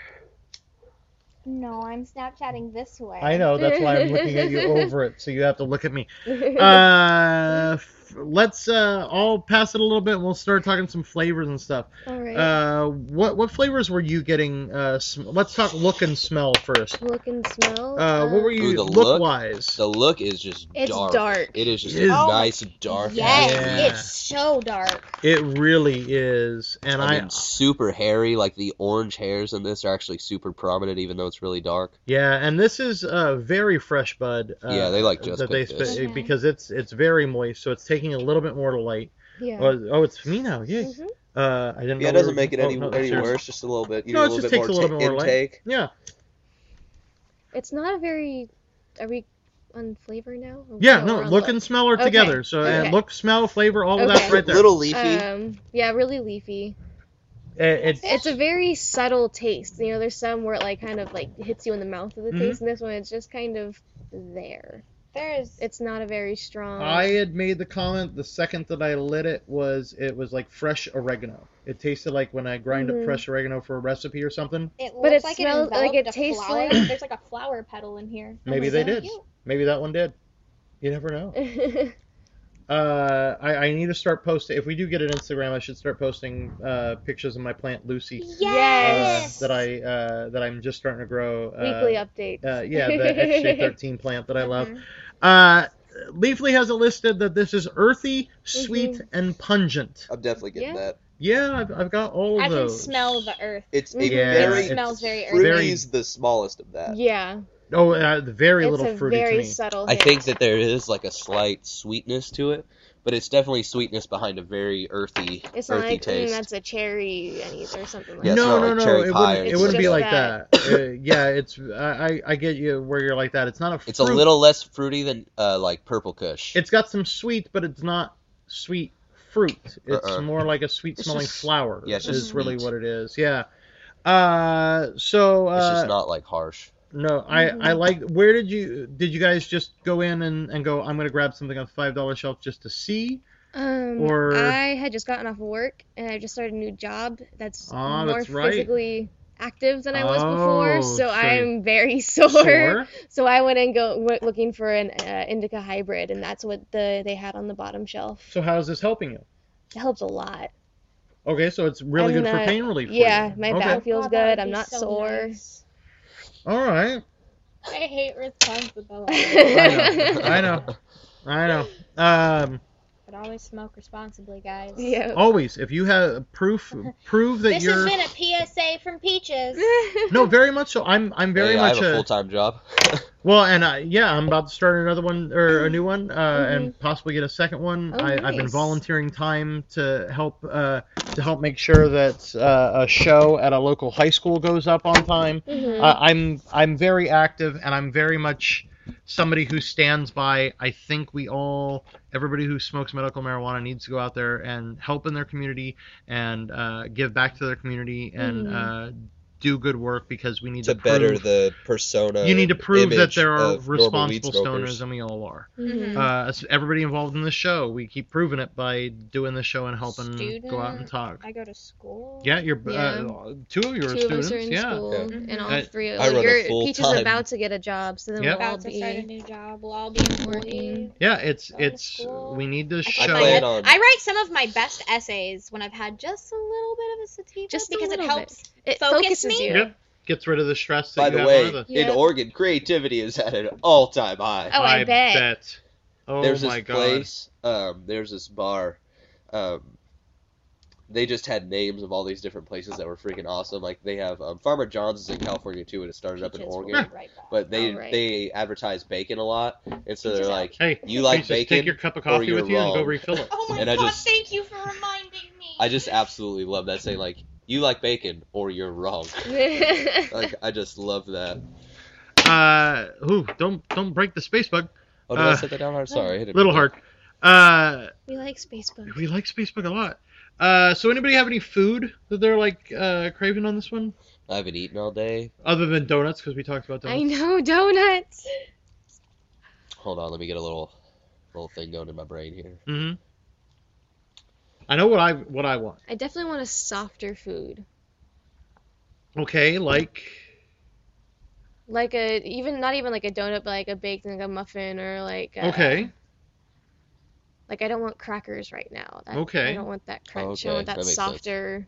No, I'm Snapchatting this way. I know that's why I'm looking at you over it, so you have to look at me. yeah. uh, f- let's uh, all pass it a little bit, and we'll start talking some flavors and stuff. All right. Uh, what what flavors were you getting? Uh, sm- let's talk look and smell first. Look and smell. Uh, what were Ooh, you the look, look? wise? The look is just It's dark. dark. It is just It is- a Oh, nice dark. Yes, Yeah. it's so dark. It really is, and I I, mean, super hairy. Like the orange hairs in this are actually super prominent, even though it's really dark. yeah, and this is uh, very fresh bud. Uh, Yeah, they, like, just that they cooked this. sp- Mhm. because it's it's very moist, so it's taking a little bit more to light. yeah. Oh, oh, it's me now. Yay. Mhm. Uh, I didn't. Yeah, it know we doesn't were- make it oh, any, no, that's any yours. worse. Just a little bit. You No, need it a little just bit takes more a little ta- bit more light. intake. Yeah, It's not a very. Are we on flavor now? Or- yeah. No, we're on look and smell are Okay. together. So uh, Okay. look, smell, flavor, all of Okay. that's right there. Little leafy. Um, yeah, really leafy. It- it's It's a very subtle taste. You know, there's some where it like kind of like hits you in the mouth of the Mhm. taste, and this one it's just kind of there. There's It's not a very strong. I had made the comment the second that I lit it was it was like fresh oregano. It tasted like when I grind up Mhm. fresh oregano for a recipe or something. it looks but it like smells- it enveloped like it a tastes flower. like- there's like a flower petal in here. Oh Maybe It's they so did. cute. Maybe that one did. You never know. Uh, I, I need to start posting. If we do get an Instagram, I should start posting uh, pictures of my plant Lucy uh, Yes. that I uh, that I'm just starting to grow. Uh, Weekly updates. Uh, yeah, the XJ13 plant that I love. Mhm. Uh, Leafly has it listed that this is earthy, Mm-hmm. sweet, and pungent. I'm definitely getting Yeah. that. Yeah, I've, I've got all of I can those. smell the earth. It's a Yeah, very it smells very earthy. very- fruity's the smallest of that. yeah. Oh, uh, very it's little a fruity very to me. subtle. I hit. think that there is like a slight sweetness to it, but it's definitely sweetness behind a very earthy, it's not earthy like mm, taste. that's a cherry anise or something like Yeah, it's no, not no, like no, cherry it pie or wouldn't, it anything wouldn't like be that. like that. uh, yeah, it's I, I I get you where you're like that. It's not a. Fruit. It's a little less fruity than uh, like purple kush. It's got some sweet, but it's not sweet fruit. It's Uh-uh. more like a sweet smelling It's just- flower. yeah, it's just is really sweet. what it is. Yeah. Uh, so uh, It's just not like harsh. no, I I like. Where did you did you guys just go in and and go? I'm gonna grab something on the five dollar shelf just to see. Um, Or- I had just gotten off of work and I just started a new job that's Ah, more that's right. physically active than I was Oh, before, so so- I'm very sore. Sure. So I went and go went looking for an uh, indica hybrid, and that's what the they had on the bottom shelf. So how is this helping you? It helps a lot. Okay, so it's really I'm good for not- pain relief. for yeah, you. my okay. back- feels God, Oh, that would good. I'm be not so sore. nice. All right. I hate responsibility, I yeah. know. I know. Um, but always smoke responsibly, guys. always, if you have proof, prove that This you're. has been a PSA from Peaches. Oh. No, very much so. I'm I'm very Hey, much I have a a, full time job. well, and I, yeah, I'm about to start another one or a new one, uh, and possibly get a second one. Mm-hmm. Oh, I, I've been nice. volunteering time to help uh, to help make sure that uh, a show at a local high school goes up on time. Mhm. Uh, I'm I'm very active and I'm very much somebody who stands by. I think we all, everybody who smokes medical marijuana, needs to go out there and help in their community and uh, give back to their community and Mm-hmm. uh, do good work because we need to to better prove- the persona. you need to and prove that image there are of normal weed responsible smokers. stoners, and we all are. Mm-hmm. Mm. Mhm. Uh, as everybody involved in this show, we keep proving it by doing this show and helping go out and Student- talk. I go to school. Yeah, you're Yeah. Uh, two of you are Two of students. us are in yeah. school, Yeah. and all I- three. Of, I run like, a your full Peach is time. about to get a job, so then Yep. we'll all About to start a be. new job. We'll all be employees. Yeah, it's Going to it's school. we need to I, I show. plan I, on- I write some of my best essays when I've had just a little bit of a sativa Just a because it little bit. helps. It Focus focuses me? you. Yeah. Gets rid of the stress. That By you the have way, on the- Yeah. in Oregon, creativity is at an all-time high. Oh, I, bet. Oh there's my this god. place, um, there's this bar. Um, they just had names of all these different places that were freaking awesome. Like they have um, Farmer John's is in California too, and it started up in Peaches will be Oregon. right back. But they Oh, right. they advertise bacon a lot, and so Peaches they're out. like, Hey, you like Reese, just bacon Take your cup of or coffee you're with you and go wrong. refill it. Oh my And I god! just- Thank you for reminding me. I just absolutely love that saying. Like you like bacon or you're wrong. Like I just love that. Uh, ooh, don't don't break the space bug. Oh, did I Uh, set that down hard? Sorry, I hit it Little hard. Uh, we like space bug. we like space bug a lot. Uh, so anybody have any food that they're like uh, craving on this one, I've been eating all day. other than donuts? Because we talked about I donuts. know donuts. Hold on, let me get a little little thing going in my brain here. hmm Mm-hmm. I know what I what I want. I definitely want a softer food, Okay, like like a even not even like a donut, but like a baked like a muffin or like a, okay, Like I don't want crackers right now. That- Okay. I don't want that crunch. I okay, want that that, makes sense. softer.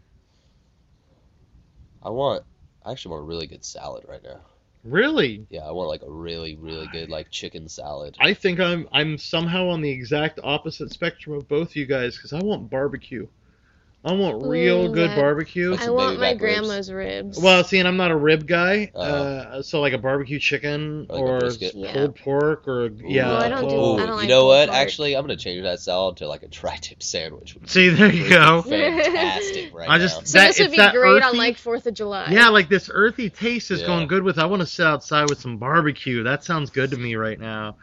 I want I actually want a really good salad right now. really. Yeah, I want like a really, really good like chicken salad. I think I'm I'm somehow on the exact opposite spectrum of both you guys because I want barbecue. I want real Ooh, good that- barbecue. That's I some want baby my back ribs. grandma's ribs. Well, see, and I'm not a rib guy, uh, Uh, so like a barbecue chicken Like a or brisket? Yeah. pulled pork or yeah. Well, I don't do- Ooh, I you don't like know pulled what? pork. Actually, I'm gonna change that salad to like a tri-tip sandwich. which See, there you is go. Fantastic right I just- now. so that- this would it's be that great on earthy- like Fourth of July. Yeah, like this earthy taste is Yeah. going good with. I want to sit outside with some barbecue. That sounds good to me right now.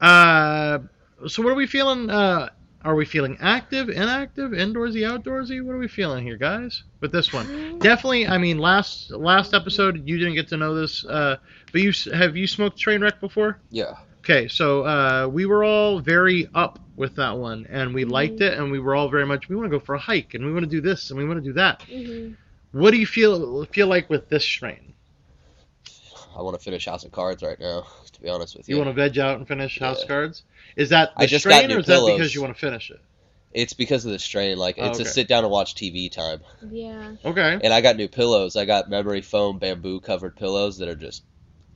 Uh, so what are we feeling? Uh, are we feeling active, inactive, indoorsy, outdoorsy? What are we feeling here, guys? With this Hmm. one, definitely. I mean, last last episode you didn't get to know this, uh, but you s- have you smoked train wreck before? Yeah. Okay, so uh, we were all very up with that one, and we Hmm. liked it, and we were all very much. We want to go for a hike, and we want to do this, and we want to do that. Mm-hmm. Mhm. What do you feel feel like with this strain? I want to finish House of Cards right now. To be honest with You you, want to veg out and finish house Yeah. cards? Is that the I just got strain, new or is that pillows. because you want to finish it? it's because of the strain. Like Oh, it's okay. a sit down and watch TV time. Yeah. Okay. And I got new pillows. I got memory foam bamboo covered pillows that are just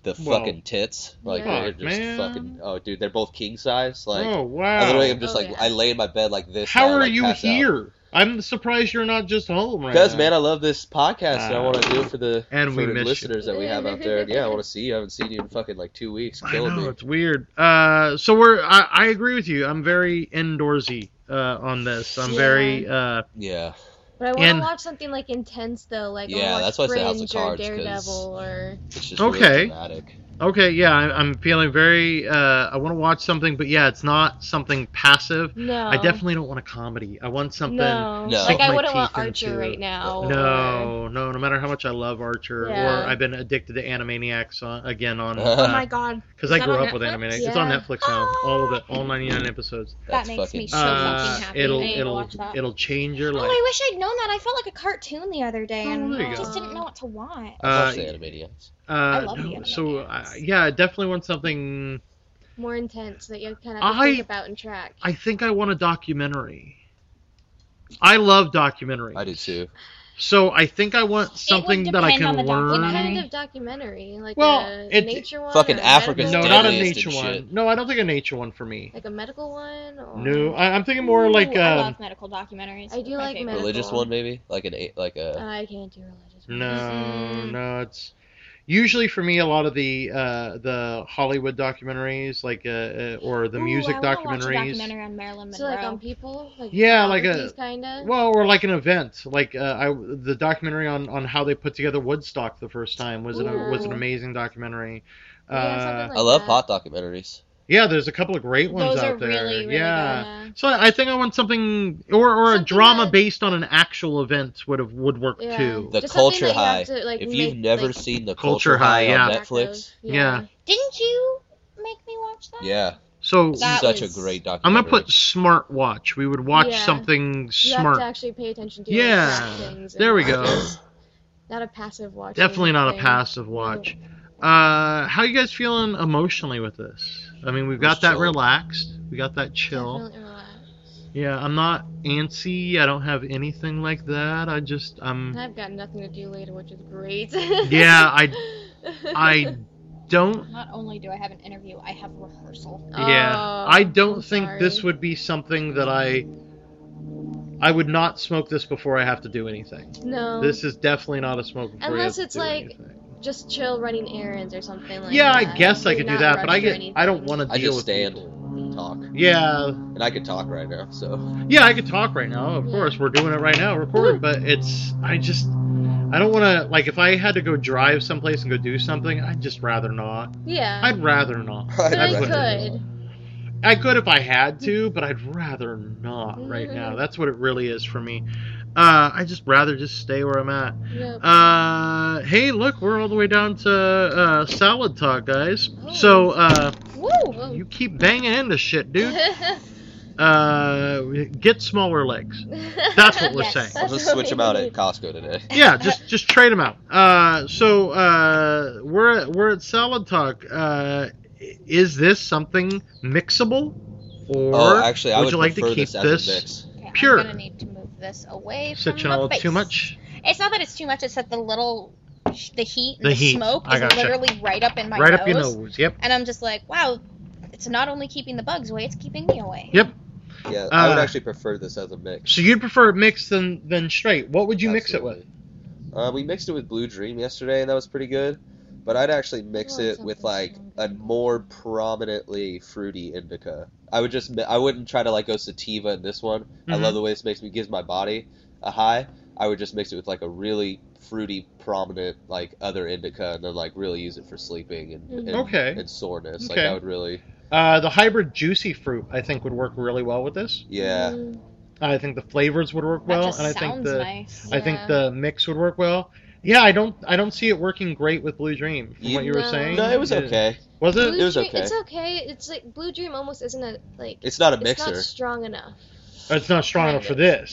the Well, fucking tits. Like Yeah. they're fuck, just man. fucking. Oh, dude, they're both king size. Like oh I literally wow! am just Oh, like yeah. I lay in my bed like this. How now, are like, you pass out. here? I'm surprised you're not just home right Because now. man, I love this podcast, and I Uh, want to do it for the and for we the miss you. listeners that we have out there. And yeah, I want to see you. I haven't seen you in fucking like two weeks. I Killing know me. it's weird. Uh, so we're I, I agree with you. I'm very indoorsy uh, on this. I'm Yeah. very uh, Yeah, But I want And- to watch something like intense though, like I wanna Yeah, watch that's why I said House of Fringe Cards, or 'cause- Daredevil or it's just Okay. really dramatic. okay. Yeah, I, I'm feeling very. Uh, I want to watch something, but yeah, it's not something passive. no. I definitely don't want a comedy. I want something. no. Uh-huh. No. Like Sink I my wouldn't want teeth Archer into- right now. or- No, no, no matter how much I love Archer, Yeah. or I've been addicted to Animaniacs on, again on Oh my god, because Is I that grew on up with Netflix? Animaniacs. It's on Yeah. Netflix now, all of it, all 99 episodes. that That's makes me fucking. so Uh, fucking happy. it'll I need to it'll watch that. it'll change your oh, life. I wish I'd known that. I felt like a cartoon the other day, Oh, and there you I just go. didn't know what to watch. I Uh, watched the Animaniacs. uh, love no, the so Animaniacs. uh, yeah, I definitely want something. More intense that you kind of have to I- think about and track. I think I want a documentary. I love documentaries. I do too. So I think I want something that I depend on can the learn. documentary. what kind of documentary? Like Well, a it- nature one? Fucking or a Africa's no, medical- not a Deadliest and nature shit. one. No, I don't think a nature one for me. Like a medical one? Or... No, I, I'm thinking more like um, Ooh, I um, love medical documentaries. I do They're my like favorite. medical. Religious one maybe, like an a- like a. I can't do religious. No, Mm-mm. no, it's usually for me a lot of the uh, the Hollywood documentaries like uh, uh, or the Ooh, music I wanna watch a documentaries. documentary on Marilyn Monroe. So like on people, like Yeah, like a- kind of. Well, or like an event, like uh, I the documentary on, on how they put together Woodstock the first time was an was an Ooh. amazing documentary. Yeah, uh, something I love that. hot documentaries. yeah, there's a couple of great ones Those out are there. really, really yeah. good. Yeah. So I think I want something or or a Something drama that- based on an actual event would have would work Yeah. too. The Just something Culture that you have High. to, like, if you've make, never like, seen the Culture Culture, High, High, on yeah. Netflix, Yeah. Didn't you make me watch that? yeah, So That such was- a great I'm documentary. gonna put smart watch. We would watch Yeah. something You smart. have to actually pay attention to Yeah. yeah. things. and There we go. not- Not a passive watch. Definitely not a thing. passive watch. Uh, how you guys feeling emotionally with this? I mean, we've got Just that chill. relaxed. We got that chill. Definitely relax. Yeah, I'm not antsy. I don't have anything like that. I just I'm I've got nothing to do later, which is great. Yeah, I- I don't Not only do I have an interview, I have rehearsal. Yeah. Oh, I don't I'm think sorry. this would be something that I I would not smoke this before I have to do anything. No. This is definitely not a smoke before you Um, have Unless to it's do like- anything. just chill running errands or something like Yeah, that. I guess I Like, could do not that, but I rush or get I don't want to deal I just with stand people. and talk, Yeah. and I could talk right now. So Yeah, I could talk right now. Of Yeah. course, we're doing it right now, recording. But it's I just I don't want to like if I had to go drive someplace and go do something, I'd just rather not. anything. Yeah. I'd rather not. but I'd I rather could. I could if I had to, but I'd rather not right now. That's what it really is for me. Uh, I just rather just stay where I'm at. Yep. Uh, hey, look, we're all the way down to uh, salad talk, guys. So uh, Woo! you keep banging into shit, dude. Uh, get smaller legs. That's what we're Yes. saying. I'll just switch them out at Costco today. yeah, just just trade them out. Uh, so uh, we're at, we're at Salad Talk. Uh, is this something mixable, or oh, actually, I would would, you like to prefer keep this as this? a mix. Okay, Pure. I'm gonna need to move this away from such an my all face. too much? It's not that it's too much. It's that the little, the heat, and The the, heat. smoke I is gotcha. literally right up in my right nose. up your nose. Yep. And I'm just like, wow, it's not only keeping the bugs away, it's keeping me away. Yep. Yeah, I would Uh, actually prefer this as a mix. So you'd prefer it mixed than than straight. What would you mix it with? Absolutely. Uh, we mixed it with Blue Dream yesterday, and that was pretty good. But I'd actually mix You want it with like something a more prominently fruity indica. I would just mi- I wouldn't try to like go sativa in this one. I Mhm. love the way this makes me gives my body a high. I would just mix it with like a really fruity, prominent like other indica, and then like really use it for sleeping and, and, Mm-hmm. Okay. and soreness. Like Okay. I would really Uh, the hybrid juicy fruit I think would work really well with this. yeah. Mm, I think the flavors would work That well, just and I sounds think the nice. I think yeah. the mix would work well. Yeah, I don't I don't see it working great with Blue Dream from You- what you were No. saying. No, it was okay. Was it? Blue was Dream- okay. It's okay. It's like Blue Dream almost isn't a like. It's not a it's not mixer. strong enough. It's not strong enough for this.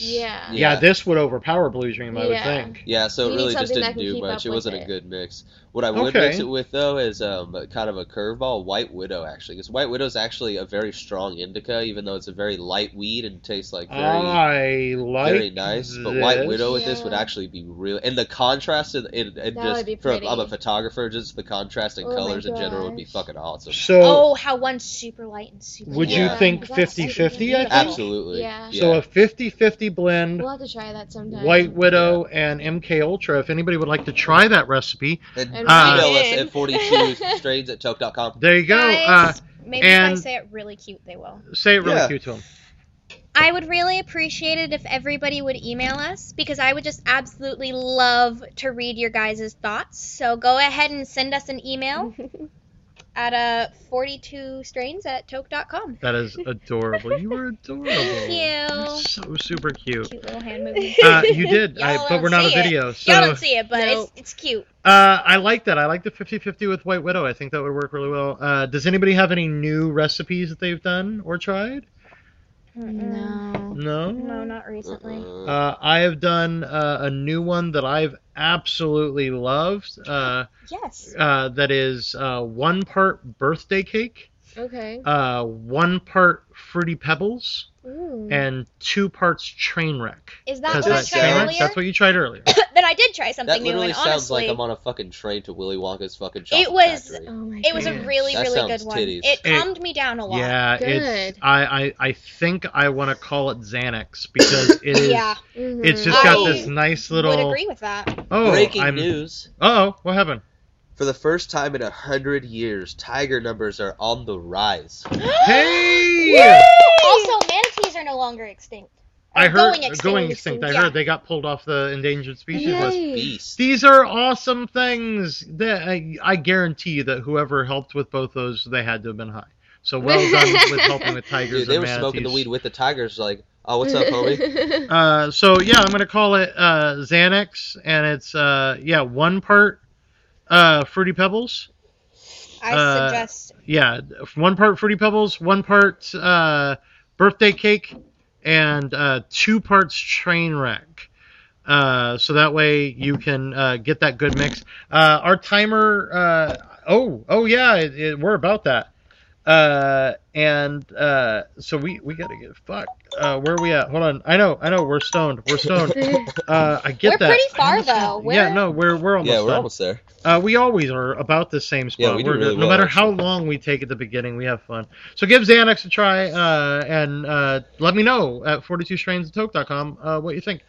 Yeah, Yeah. Yeah. this would overpower Blue Dream, I would Yeah. think. Yeah, so You it need really just something that didn't can do keep much. up It with wasn't a it. good mix. What I would Okay. mix it with though is um kind of a curveball, White Widow actually, because White Widow is actually a very strong indica, even though it's a very light weed and tastes like very Ah, I like very nice. But White this. Widow with this would Yeah. actually be real, and the contrast in, in, in That just would be from I'm a pretty. photographer, just the contrast in Oh my colors in general would be gosh. fucking awesome. So oh, how one's super light and super Would you Yeah. think That's something 50-50, I you think? can do. Absolutely. Yeah. so a 50-50 blend Um, We'll have to try that sometime. White Widow and MK Ultra. If anybody would like to try that recipe, and And Uh, email us in. at 42 strains at toke.com. there you go. Uh, Guys, maybe if I and- say it really cute, they will. say it really Yeah. cute to them. I would really appreciate it if everybody would email us because I would just absolutely love to read your guys' thoughts. So go ahead and send us an email at uh, 42strains at toke.com. That is adorable. You were adorable. Thank you. So super cute. Cute little hand movements. Uh, you did, I, Y'all but don't we're not a see it. video. Y'all So don't see it, but No. it's, it's cute. uh, I like that. I like the 50-50 with White Widow. I think that would work really well. Uh, does anybody have any new recipes that they've done or tried? No. No. No, not recently. Uh-uh. Uh, I have done uh, a new one that I've absolutely loved. Uh, Yes. uh, that is uh, one part birthday cake, Okay. uh, one part fruity pebbles, Ooh. and two parts train wreck. Is that 'Cause what I that Mm. Oh, tried train wreck- earlier? That's what you tried earlier. then I did try something That new, literally and sounds honestly, like I'm on a fucking train to Willy Wonka's fucking chocolate It was- factory. oh my it was a goodness. really, That really sounds good one. titties. It It- calmed me down a lot. Yeah, it's. Good. I, I I think I want to call it Xanax because it is. Yeah, Mhm. It's just got I this nice would little. agree with that. Oh, Oh. Breaking I'm. news. Oh, what happened? For the first time in a hundred years, tiger numbers are on the rise. Hey! Also, manatees are no longer extinct. Or I heard going extinct. extinct. I Yeah. heard they got pulled off the endangered species Yay. list. Beast. These are awesome things. That I, I guarantee you that whoever helped with both those, they had to have been high. So well done with helping with tigers Dude, they and were smoking the manatees. weed with the tigers. Like, oh, what's up, homie? Uh, so yeah, I'm gonna call it uh, Xanax, and it's uh, yeah one part uh, fruity pebbles. I uh, suggest Yeah, one part fruity pebbles, one part uh, birthday cake, and uh, two parts train wreck. Uh, so that way you can uh, get that good mix. Uh, our timer. Uh, oh, oh yeah, it, it, we're about that. Uh, and uh, so we we gotta get fuck. Uh, where are we at? Hold on. I know, I know. We're stoned. We're stoned. Uh, I get we're that. pretty I far understand. though. We're, Yeah, no, we're we're almost yeah, we're done. almost there. Uh, we always are about the same spot. Yeah, we do We're really good. no well, matter how actually. long we take at the beginning, we have fun. So give Xanax a try uh, and uh, let me know at 42strainsatoke.com uh, what you think.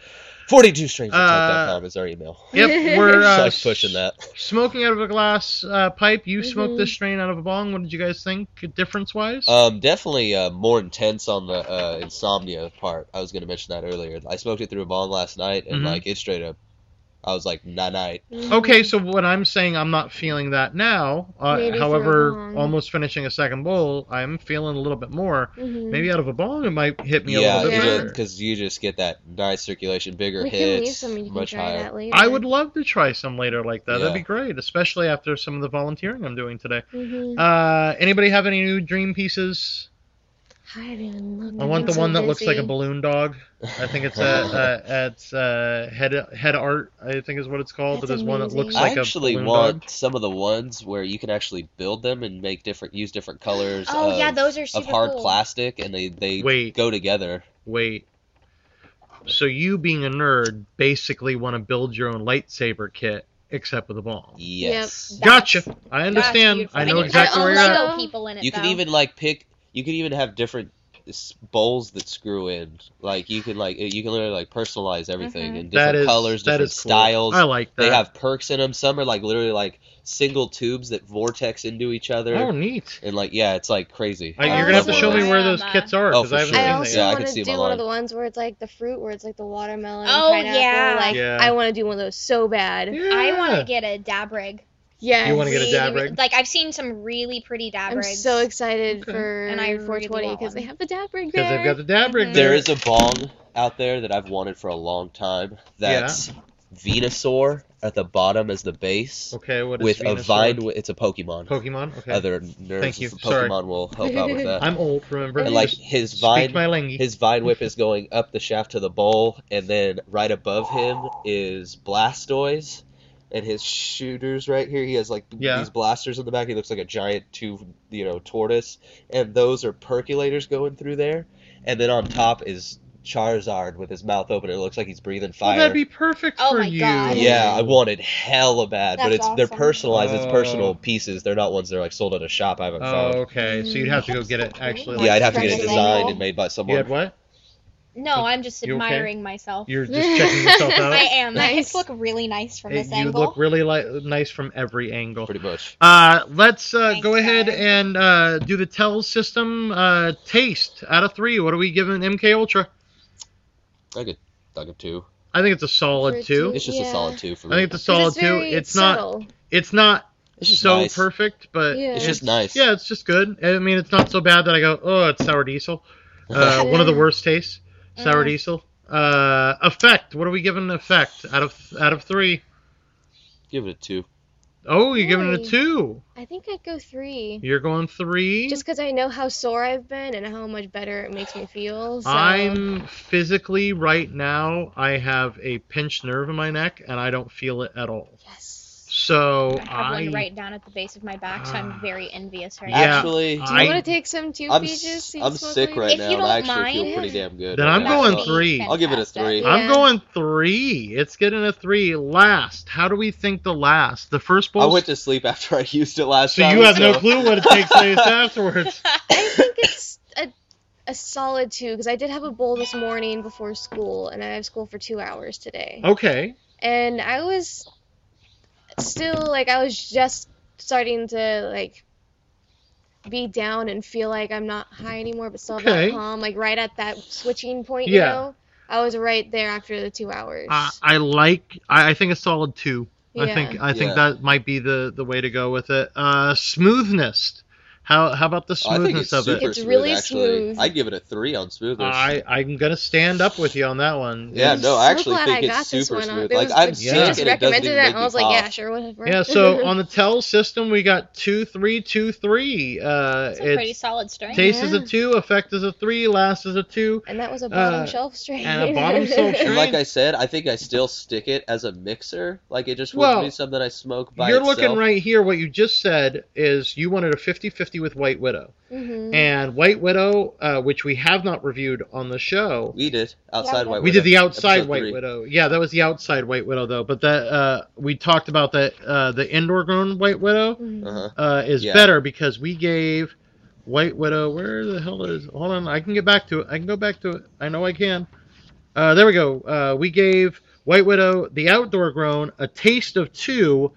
42strangetoke.com is our email. Yep, we're uh, Suck pushing that. smoking out of a glass uh, pipe. You smoked Mhm. this strain out of a bong. What did you guys think, difference wise? Um, definitely uh, more intense on the uh, insomnia part. I was gonna mention that earlier. I smoked it through a bong last night, and Mhm. like it straight up, I was like, night night. Mm-hmm. okay, so what I'm saying, I'm not feeling that now. Uh, Maybe through a however, bong. almost finishing a second bowl, I'm feeling a little bit more. Mm-hmm. Mm. Maybe out of a bong, it might hit me a Yeah, little bit. you better. did, because you just get that nice circulation, bigger we can leave hits, some and you can much try higher. that later. I would love to try some later like that. That'd be Yeah. great, especially after some of the volunteering I'm doing today. Mhm. Uh, anybody have any new dream pieces? I haven't even looked. I I've want been the so one that looks like a busy. balloon dog. I think it's a, uh, it's uh head head art. I think is what it's called. That's but there's one that looks amazing. I like actually a balloon want dog. some of the ones where you can actually build them and make different, use different colors Oh of, yeah, those are of super hard cool. plastic, and they they Wait. go together. Wait. So you, being a nerd, basically want to build your own lightsaber kit, except with a ball. Yes. Gotcha. That's- I understand. beautiful. I I know mean, exactly all where you're Lego at. at. people in it. You can though. even like pick. You can even have different s- bowls that screw in. Like you can like you can literally like personalize everything Mhm. in different That is colors, that different is cool. styles. I like that. They have perks in them. Some are like literally like single tubes that vortex into each other. oh, neat. And like yeah, it's like crazy. Uh, I you're love gonna have to one show of me those. where those Oh, kits are for because I haven't sure. I seen also Yeah, I want could see to 'em do one online. of the ones where it's like the fruit, where it's like the watermelon, Oh, pineapple. yeah. Like Yeah. I want to do one of those so bad. these. I want Yeah. to get a dab rig. Yeah. You wanna get a Really, dab rig? Like I've seen some really pretty dab I'm rigs. so excited Okay. for And and I I really 420 want because they one. have the dab rig Because they've there. got the dab rig Mhm. there. There is a bong out there that I've wanted for a long time. That's Venusaur at the bottom as the base okay, what is with a Venusaur? vine. wi- It's a Pokemon. Pokemon? Okay. Other nerds Thank you. from Sorry. Pokemon will help out with that. I'm old, remember? and like Just his speak vine, my language. his vine whip is going up the shaft to the bowl, and then right above him is Blastoise, and his shooters right here. He has like Yeah. these blasters in the back. He looks like a giant two, you know, tortoise, and those are percolators going through there. And then on top is Charizard with his mouth open. It looks like he's breathing well, fire. that'd be perfect Oh for my you. God. yeah, I wanted hella bad, but That's it's they're awesome. personalized. It's Oh. personal pieces. They're not ones that are like sold at a shop. I haven't Oh, found. okay. So you'd have to go get it actually. Yeah, I'd have to Like get it Pokemon. designed and made by You had someone. what? No, I'm just You okay? admiring myself. You're just checking yourself out. I am. My Nice. hips look really nice from Hey, this you angle. look really li- nice from every angle. Pretty much. Uh, let's uh, Thanks, go ahead guys. and uh, do the tell system. Uh, taste out of three. What are we giving MK Ultra? I could, I could two. I think it's a solid For a two. two. It's just a Yeah. solid two for I me. think it's a 'Cause solid it's two. very It's not. subtle. It's not It's just so nice. perfect, but Yeah. It's just nice. yeah, it's just good. I mean, it's not so bad that I go, oh, it's sour diesel. Uh, one of the worst tastes, sour Uh-huh. Mm. diesel. Uh, effect. What are we giving effect out of out of three? Give it a two. Oh, you're giving it a Really? two. I think I'd go three. You're going three. Just because I know how sore I've been and how much better it makes me feel. So. I'm physically right now. I have a pinched nerve in my neck, and I don't feel it at all. Yes. So I have I, one right down at the base of my back, so Ah. I'm very envious right Yeah. now. Actually, Do you I- want to take some too, I'm, Peaches? s- so you I'm smoke sick later? right If now, you and I don't actually feel mind- pretty damn good. Then right I'm That now, would going be so- three. I'll give it a three. Yeah. I'm going three. It's getting a three. Last. How do we think the last? The first bowl. I went to sleep after I used it last So time. you have no so- clue what it takes place afterwards. I think it's a, a solid two because I did have a bowl this morning before school, and I have school for two hours today. Okay. And I was still like I was just starting to like be down and feel like I'm not high anymore, but still have Okay. that calm. Like right at that switching point, you Yeah. Uh, know, I was right there after the two hours. I, I like. I, I think a solid two. I Yeah. think. I think Yeah. that might be the the way to go with it. Uh, smoothness. How how about the I think smoothness it's of super it? It's smooth, really actually. smooth. I'd give it a three on smoothness. I I'm gonna stand up with you on that one. yeah, I'm no, I so actually glad think I got it's this super one on- smooth. there Like was- I'm she Yeah. sick just and it doesn't recommended even it, make and I me was like, yeah, cough. sure, whatever. Yeah, so on the tell system, we got two, three, two, three. Uh, It's a pretty it's solid strain. taste is a Yeah. two, effect is a three, last is a two. and that was a bottom uh, shelf strain. and a bottom shelf strain. And like I said, I think I still stick it as a mixer. Like it just wouldn't Well, be something I smoke by You're itself. looking right here. What you just said is you wanted a 50 50 with White Widow. Mhm. And White Widow, uh, which we have not reviewed on the show, We did Yeah, outside White Widow. we did the outside Episode White three. Widow. Yeah, that was the outside White Widow, though. But that uh, we talked about that uh, the indoor grown White Widow. Uh-huh. uh, is Yeah. better because we gave White Widow. Where the hell is? Hold on, I can get back to it. I can go back to it. I know I can. Uh, there we go. Uh, we gave White Widow the outdoor grown a taste of two,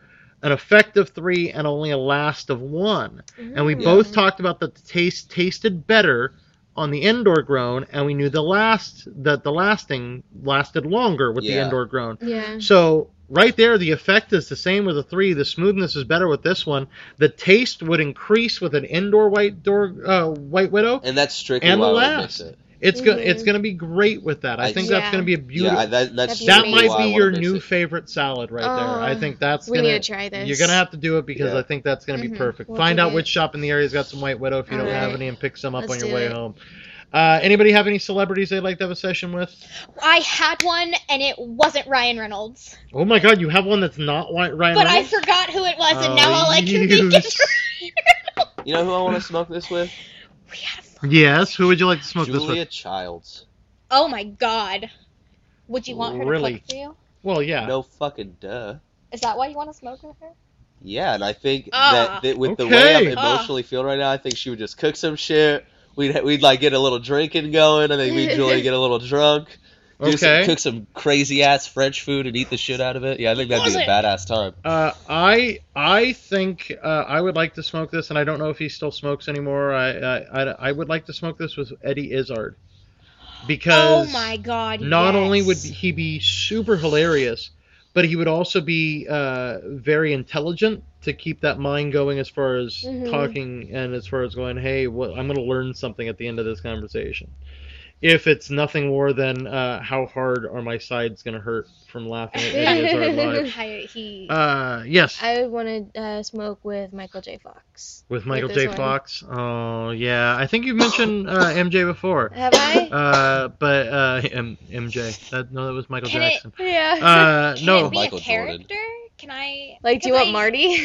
an effect of three, and only a last of one. And we Mm. both talked about that the taste tasted better on the indoor grown, and we knew the last that the lasting lasted longer with the Yeah. indoor grown. Yeah. So right there, the effect is the same with the three. The smoothness is better with this one. The taste would increase with an indoor white door uh, white widow. And that's strictly And the why I would last. mix it. It's gonna Mhm. it's gonna be great with that. I, I- think Yeah. that's gonna be a beautiful. Yeah, I- that, that's That'd be that strictly might why I be wanna your mix new it. favorite salad right there. Oh, I think that's we gonna. need to try this. You're gonna have to do it because Yeah. I think that's gonna be Mhm. perfect. We'll Find do out it. which shop in the area's got some white widow if you don't have Alright. any, and pick some up Let's on your do way it. home. Uh, anybody have any celebrities they'd like to have a session with? I had one and it wasn't Ryan Reynolds. Oh my God, you have one that's not white Ryan But I Reynolds? forgot who it was and Oh, now all I can you think is You know who I want to smoke this with? we had a fun- Yes. Who would you like to smoke Oh, this with? Julia Childs. Oh my god. Would you want her Really? to cook for you? Well, yeah. No fucking duh. Is that why you want to smoke with her? Yeah, and I think Ah. that, that with the way I'm Okay. Ah. emotionally feeling right now, I think she would just cook some shit. We'd we'd like get a little drinking going. I think me and Julia get a little drunk. Do Okay. some, cook some crazy ass French food and eat the shit out of it. Yeah, I think that'd Was be a it? badass time. Uh, I I think uh, I would like to smoke this, and I don't know if he still smokes anymore. I I, I, I would like to smoke this with Eddie Izzard Oh because my god. not yes. only would he be super hilarious, but he would also be uh, very intelligent to keep that mind going as far as Mhm. talking and as far as going, hey, what, I'm going to learn something at the end of this conversation. If it's nothing more than uh, how hard are my sides going to hurt from laughing at Eddie Izzard live. I, he Uh, yes, I would want to uh, smoke with Michael J. Fox. with Michael this J. one. Fox. Oh yeah, I think you've mentioned uh, MJ before. Have I? Uh, but uh, M- MJ. That no, that was Michael Can it- Jackson. yeah. Uh, Can no. it be Michael a Jordan. character? Can I? like, do you because want I- Marty?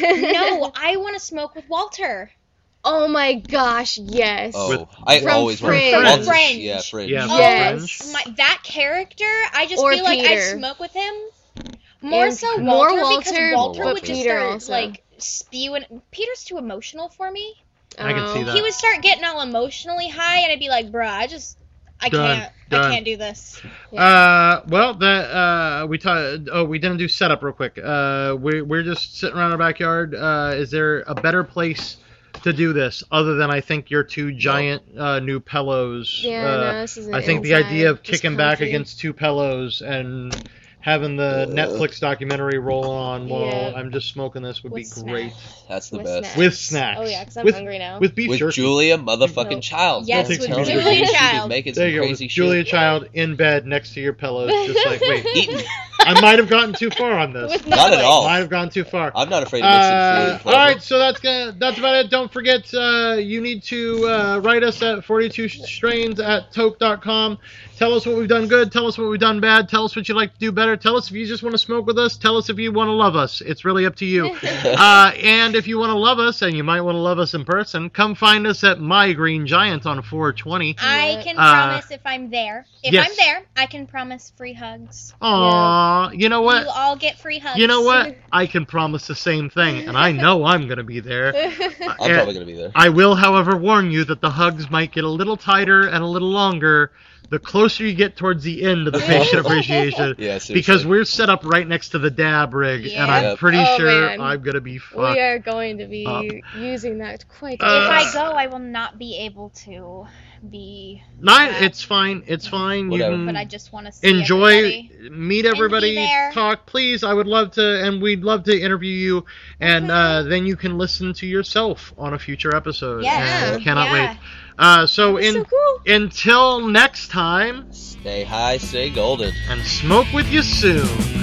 no, I want to smoke with Walter. Oh my gosh, yes. Oh, With- I From always Fringe. want From Walters. Fringe. Yeah, Fringe. Yeah, Oh, Yes. Fringe. My, that character, I just Or feel like I'd Peter. smoke with him. More And- so Walter, More Walter, because Walter but would just Peter start also. like spewing. Peter's too emotional for me. I can see Oh. that. He would start getting all emotionally high, and I'd be like, "Bruh, I just, I Done. can't, Done. I can't do this." Uh, well, that uh, we talked. Oh, we didn't do setup real quick. Uh, we we're just sitting around our backyard. Uh, is there a better place to do this other than I think your two giant uh, new pillows? Yeah, uh, no, this is I think the idea of kicking back against two pillows and having the Ugh. Netflix documentary roll on while Yeah. I'm just smoking this would With be great. That's the With best. snacks. With snacks. Oh yeah, because I'm with, hungry now. With beef With jerky. Julia motherfucking No. Childs. Yes, man. with Telling you, Julia she was Childs. making some there you go. With crazy Julia shit. Child in bed next to your pillows, just like, wait, Eating. I might have gotten too far on this. Not at all. Might have gone too far. I'm not afraid of mixing Uh, food. all right, so that's gonna that's about it. Don't forget, uh, you need to uh, write us at 42strains at toke.com. Tell us what we've done good. Tell us what we've done bad. Tell us what you'd like to do better. Tell us if you just want to smoke with us. Tell us if you want to love us. It's really up to you. uh, and if you want to love us, and you might want to love us in person, come find us at My Green Giant on 420. I can Uh, promise if I'm there. If yes. I'm there, I can promise free hugs. Aw, you know what? You all get free hugs. You know what? I can promise the same thing, and I know I'm gonna be there. Uh, I'm probably gonna be there. I will, however, warn you that the hugs might get a little tighter and a little longer the closer you get towards the end of the patient appreciation. Yes, Because we're set up right next to the dab rig, and I'm Yeah. pretty Oh, sure man. I'm gonna be We fucked. are going to be Uh, using that quite. Uh, if a I bit. go, I will not be able to be. Nine, it's fine, it's fine. Whatever. You But I can just want to see enjoy, everybody. meet everybody, there. talk, please. I would love to, and we'd love to interview you, and uh, then you can listen to yourself on a future episode. Yeah, and cannot yeah. wait. Uh, so in so cool. until next time, Stay high, stay golden. and smoke with you soon.